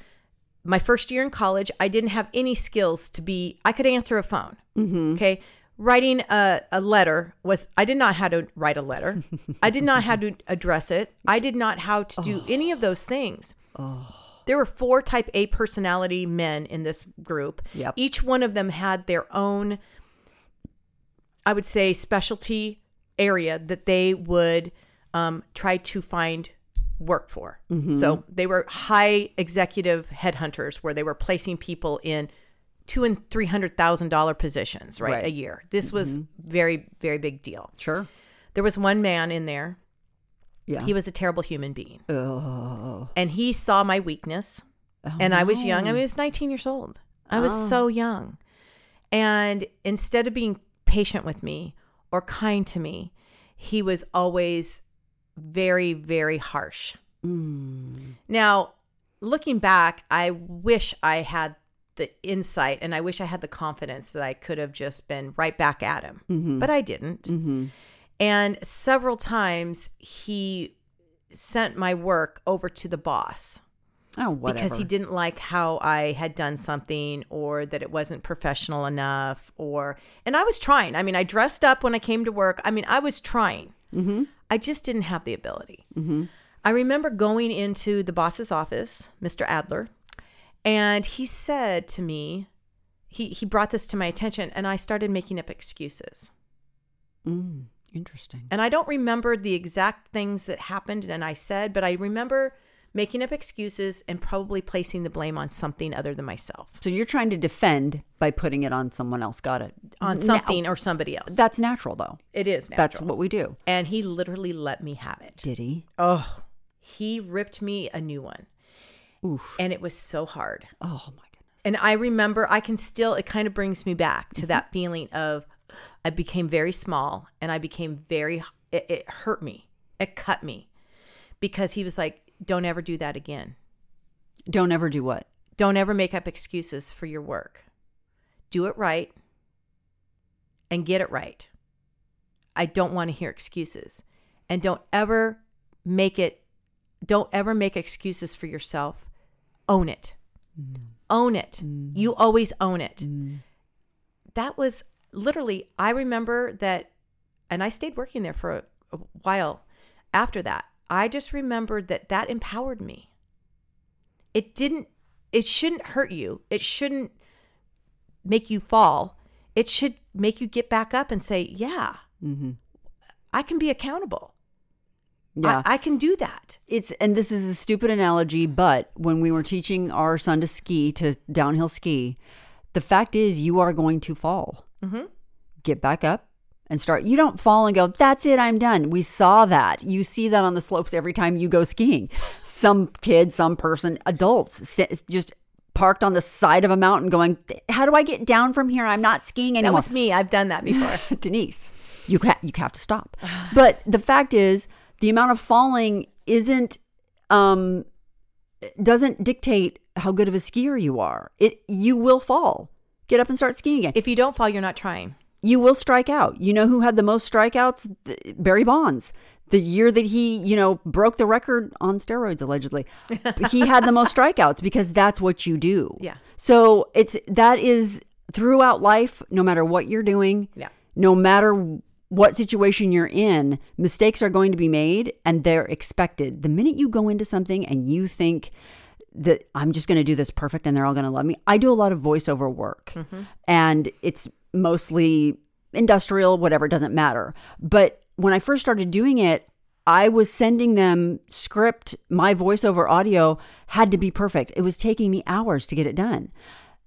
my first year in college, I didn't have any skills to be, I could answer a phone. Okay. Writing a, a letter was, I did not how to write a letter. I did not how to address it. I did not how to do any of those things. There were four type A personality men in this group. Yep. Each one of them had their own, I would say, specialty area that they would um, try to find work for. Mm-hmm. So they were high executive headhunters where they were placing people in two and three hundred thousand dollar positions, right, Right. Mm-hmm. A year. This was very, very big deal. Sure. There was one man in there. Yeah. He was a terrible human being. oh. And he saw my weakness Oh, and I was no. young. I mean, I was 19 years old. I was Oh. so young. And instead of being patient with me or kind to me, he was always very, very harsh. Mm. Now, looking back, I wish I had the insight and I wish I had the confidence that I could have just been right back at him, but I didn't. Mm-hmm. And several times he sent my work over to the boss Oh, whatever. because he didn't like how I had done something or that it wasn't professional enough or and I was trying. I mean, I dressed up when I came to work. I mean, I was trying. Mm-hmm. I just didn't have the ability. Mm-hmm. I remember going into the boss's office, Mr. Adler, and he said to me, he he brought this to my attention, and I started making up excuses. Mm, interesting. And I don't remember the exact things that happened and I said, but I remember making up excuses and probably placing the blame on something other than myself, So you're trying to defend by putting it on someone else. Got it. on Now- something or somebody else. that's natural, though. it is natural. That's what we do. and he literally let me have it. Did he? Oh, he ripped me a new one. Oof. And it was so hard. Oh my goodness. And I remember I can still it kind of brings me back to that feeling of I became very small and I became very it, it hurt me. It cut me. Because he was like, "Don't ever do that again." Don't ever do what? Don't ever make up excuses for your work. Do it right and get it right. I don't want to hear excuses. And don't ever make it, don't ever make excuses for yourself. Own it. Own it. You always own it. That was literally, I remember that, and I stayed working there for a, a while after that. I just remembered that that empowered me it didn't it shouldn't hurt you it shouldn't make you fall it should make you get back up and say yeah Mm-hmm. i can be accountable Yeah. I, I can do that it's and this is a stupid analogy, but when we were teaching our son to ski to downhill ski, the fact is you are going to fall. Mm-hmm. Get back up and start. You don't fall and go. That's it. I'm done. We saw that. You see that on the slopes every time you go skiing. Some kid, some person, adults sit, just parked on the side of a mountain, going, "How do I get down from here? I'm not skiing that anymore." was me i've done that before Denise, you ha- you have to stop. But the fact is, the amount of falling isn't um doesn't dictate how good of a skier you are. It you will fall. Get up and start skiing again. if you don't fall you're not trying You will strike out. You know who had the most strikeouts? Th- Barry Bonds. The year that he, you know, broke the record on steroids allegedly. he had the most strikeouts because that's what you do. Yeah. So it's that is throughout life no matter what you're doing yeah no matter what situation you're in, mistakes are going to be made and they're expected. The minute you go into something and you think that I'm just going to do this perfect and they're all going to love me, I do a lot of voiceover work and it's mostly industrial, whatever, it doesn't matter. But when I first started doing it, I was sending them script, my voiceover audio had to be perfect. It was taking me hours to get it done.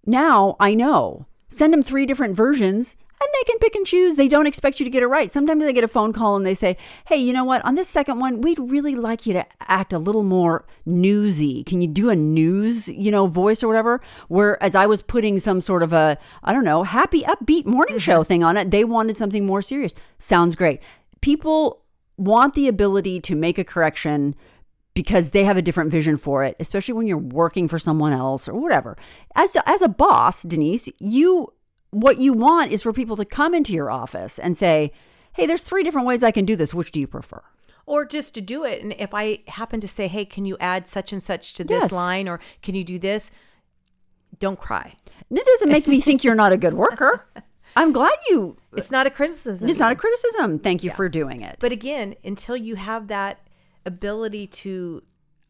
Now I know. Send them three different versions and they can pick and choose. They don't expect you to get it right. Sometimes they get a phone call and they say, Hey, you know what? On this second one, we'd really like you to act a little more newsy. Can you do a news, you know, voice or whatever? Whereas I was putting some sort of a, I don't know, happy, upbeat morning show thing on it. They wanted something more serious. Sounds great. People want the ability to make a correction because they have a different vision for it, especially when you're working for someone else or whatever. As a, as a boss, Denise, you what you want is for people to come into your office and say, "Hey, there's three different ways I can do this. Which do you prefer?" or just to do it and if i happen to say hey can you add such and such to this Yes. line or can you do this Don't cry. That doesn't make me think you're not a good worker. I'm glad you. It's not a criticism. Uh, It's not a criticism. Thank you for doing it. But again, until you have that ability to,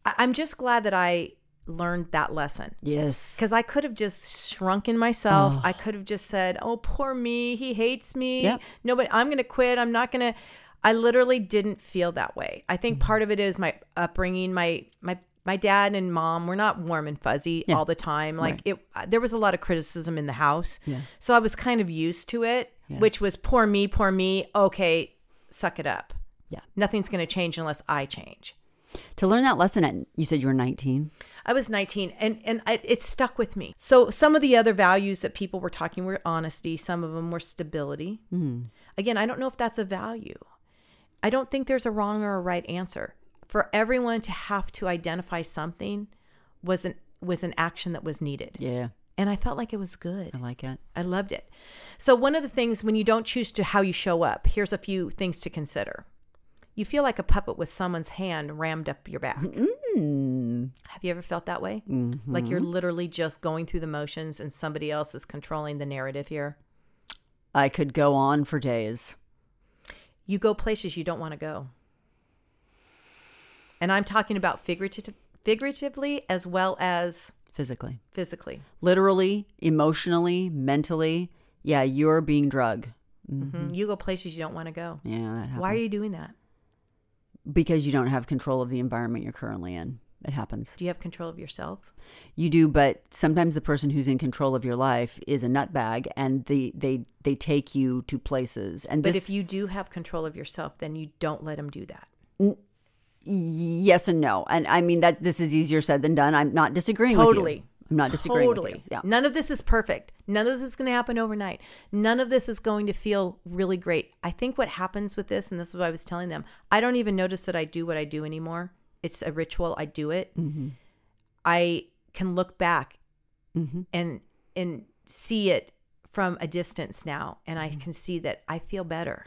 I- I'm just glad that I learned that lesson yes. because I could have just shrunken myself. I could have just said, "Oh, poor me. He hates me. Yep. No, but I'm going to quit. I'm not going to." I literally didn't feel that way. I Mm-hmm. think part of it is my upbringing. My my my dad and mom were not warm and fuzzy all the time. Like it, there was a lot of criticism in the house. So I was kind of used to it, which was poor me, poor me. Okay, suck it up. Yeah. nothing's going to change unless I change. To learn that lesson at, you said you were 19. I was 19 and and I, it stuck with me. So some of the other values that people were talking were honesty, some of them were stability. Again, I don't know if that's a value. I don't think there's a wrong or a right answer. For everyone to have to identify something was an was an action that was needed. Yeah. And I felt like it was good. I like it. I loved it. So one of the things when you don't choose to how you show up, here's a few things to consider. You feel like a puppet with someone's hand rammed up your back. Have you ever felt that way? Like you're literally just going through the motions and somebody else is controlling the narrative here. I could go on for days. You go places you don't want to go. And I'm talking about figurative, figuratively as well as Physically, physically. literally, emotionally, mentally. Yeah, you're being drug. Mhm. You go places you don't want to go. Yeah, that happens. Why are you doing that? Because you don't have control of the environment you're currently in. It happens. Do you have control of yourself? You do, but sometimes the person who's in control of your life is a nutbag, and the they they take you to places. And But this, if you do have control of yourself, then you don't let them do that. yes and no, and I mean that this is easier said than done. I'm not disagreeing. with you. Totally. I'm not disagreeing. with you. Totally. Yeah. None of this is perfect. None of this is going to happen overnight. None of this is going to feel really great. I think what happens with this, and this is what I was telling them, I don't even notice that I do what I do anymore. It's a ritual. I do it. Mm-hmm. I can look back Mm-hmm. and and see it from a distance now, and I can see that I feel better.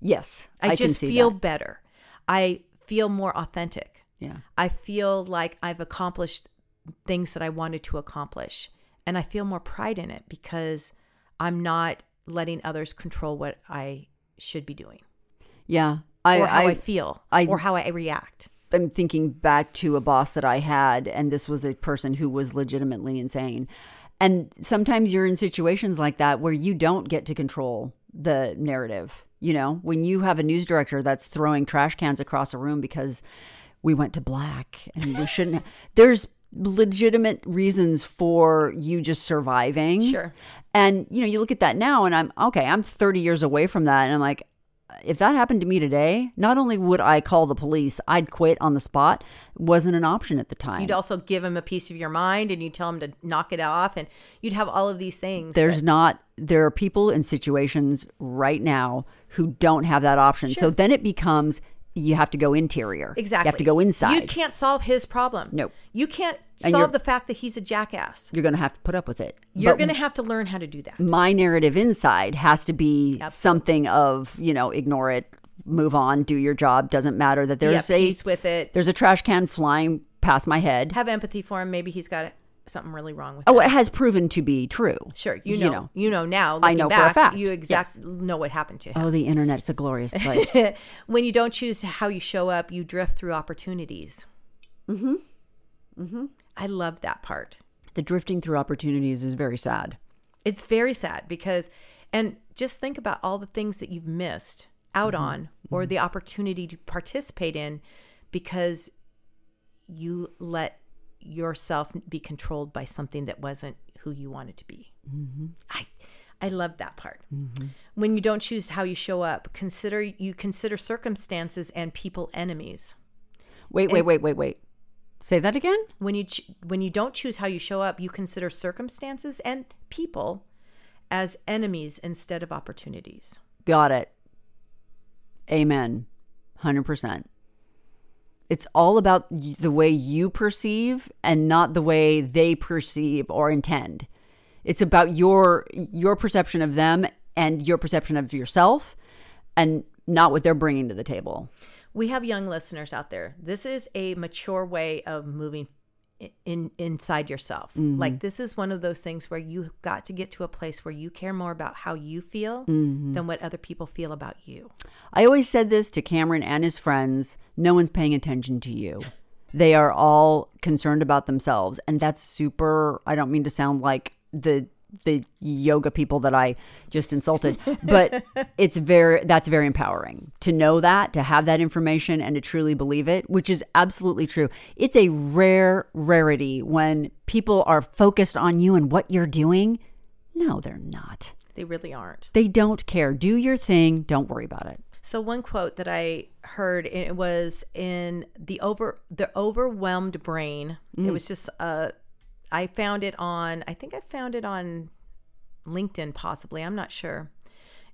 Yes. I, can just see feel that. better. I feel more authentic. Yeah. I feel like I've accomplished things that I wanted to accomplish. And I feel more pride in it because I'm not letting others control what I should be doing Yeah. I, or how I, I, feel I- or how I react. I'm thinking back to a boss that I had, and this was a person who was legitimately insane. And sometimes you're in situations like that where you don't get to control the narrative. You know, when you have a news director that's throwing trash cans across a room because we went to black and we shouldn't. have- There's legitimate reasons for you just surviving. Sure. And, you know, you look at that now and I'm, okay, I'm 30 years away from that. And I'm like, if that happened to me today, not only would I call the police, I'd quit on the spot. Wasn't an option at the time. You'd also give them a piece of your mind and you tell them to knock it off and you'd have all of these things. There's not, there are people in situations right now who don't have that option. So then it becomes you have to go interior. exactly. You have to go inside. You can't solve his problem. Nope. You can't And solve you're- the fact that he's a jackass. You're going to have to put up with it. You're But going to have to learn how to do that. my narrative inside has to be something of, you know, ignore it, move on, do your job. Doesn't matter that Be at there's a peace with it. there's a trash can flying past my head. have empathy for him. Maybe he's got something really wrong with. Oh, him. it has proven to be true. sure. You know, you know, now. I looking know for a back, fact, You yes. exactly know what happened to him. Oh, the internet's a glorious place. When you don't choose how you show up, you drift through opportunities. Mm-hmm. Mm-hmm. I love that part. the drifting through opportunities is very sad. It's very sad because, and just think about all the things that you've missed out on or the opportunity to participate in because you let yourself be controlled by something that wasn't who you wanted to be. I, I love that part. When you don't choose how you show up, consider you consider circumstances and people enemies. Wait, wait, wait, wait, wait. Say that again? when you ch- when you don't choose how you show up, you consider circumstances and people as enemies instead of opportunities. Got it. Amen. 100%. It's all about y- the way you perceive and not the way they perceive or intend. It's about your your perception of them and your perception of yourself and not what they're bringing to the table. We have young listeners out there. This is a mature way of moving i- in inside yourself. Like this is one of those things where you have got to get to a place where you care more about how you feel than what other people feel about you. I always said this to Cameron and his friends no one's paying attention to you. They are all concerned about themselves. And that's super, I don't mean to sound like the the yoga people that I just insulted, but it's very that's very empowering to know that, to have that information and to truly believe it, which is absolutely true. It's a rare rarity when people are focused on you and what you're doing. No, they're not. They really aren't. They don't care. Do your thing, don't worry about it. So one quote that I heard and it was in the over the overwhelmed brain. It was just uh I found it on I think I found it on LinkedIn possibly. I'm not sure.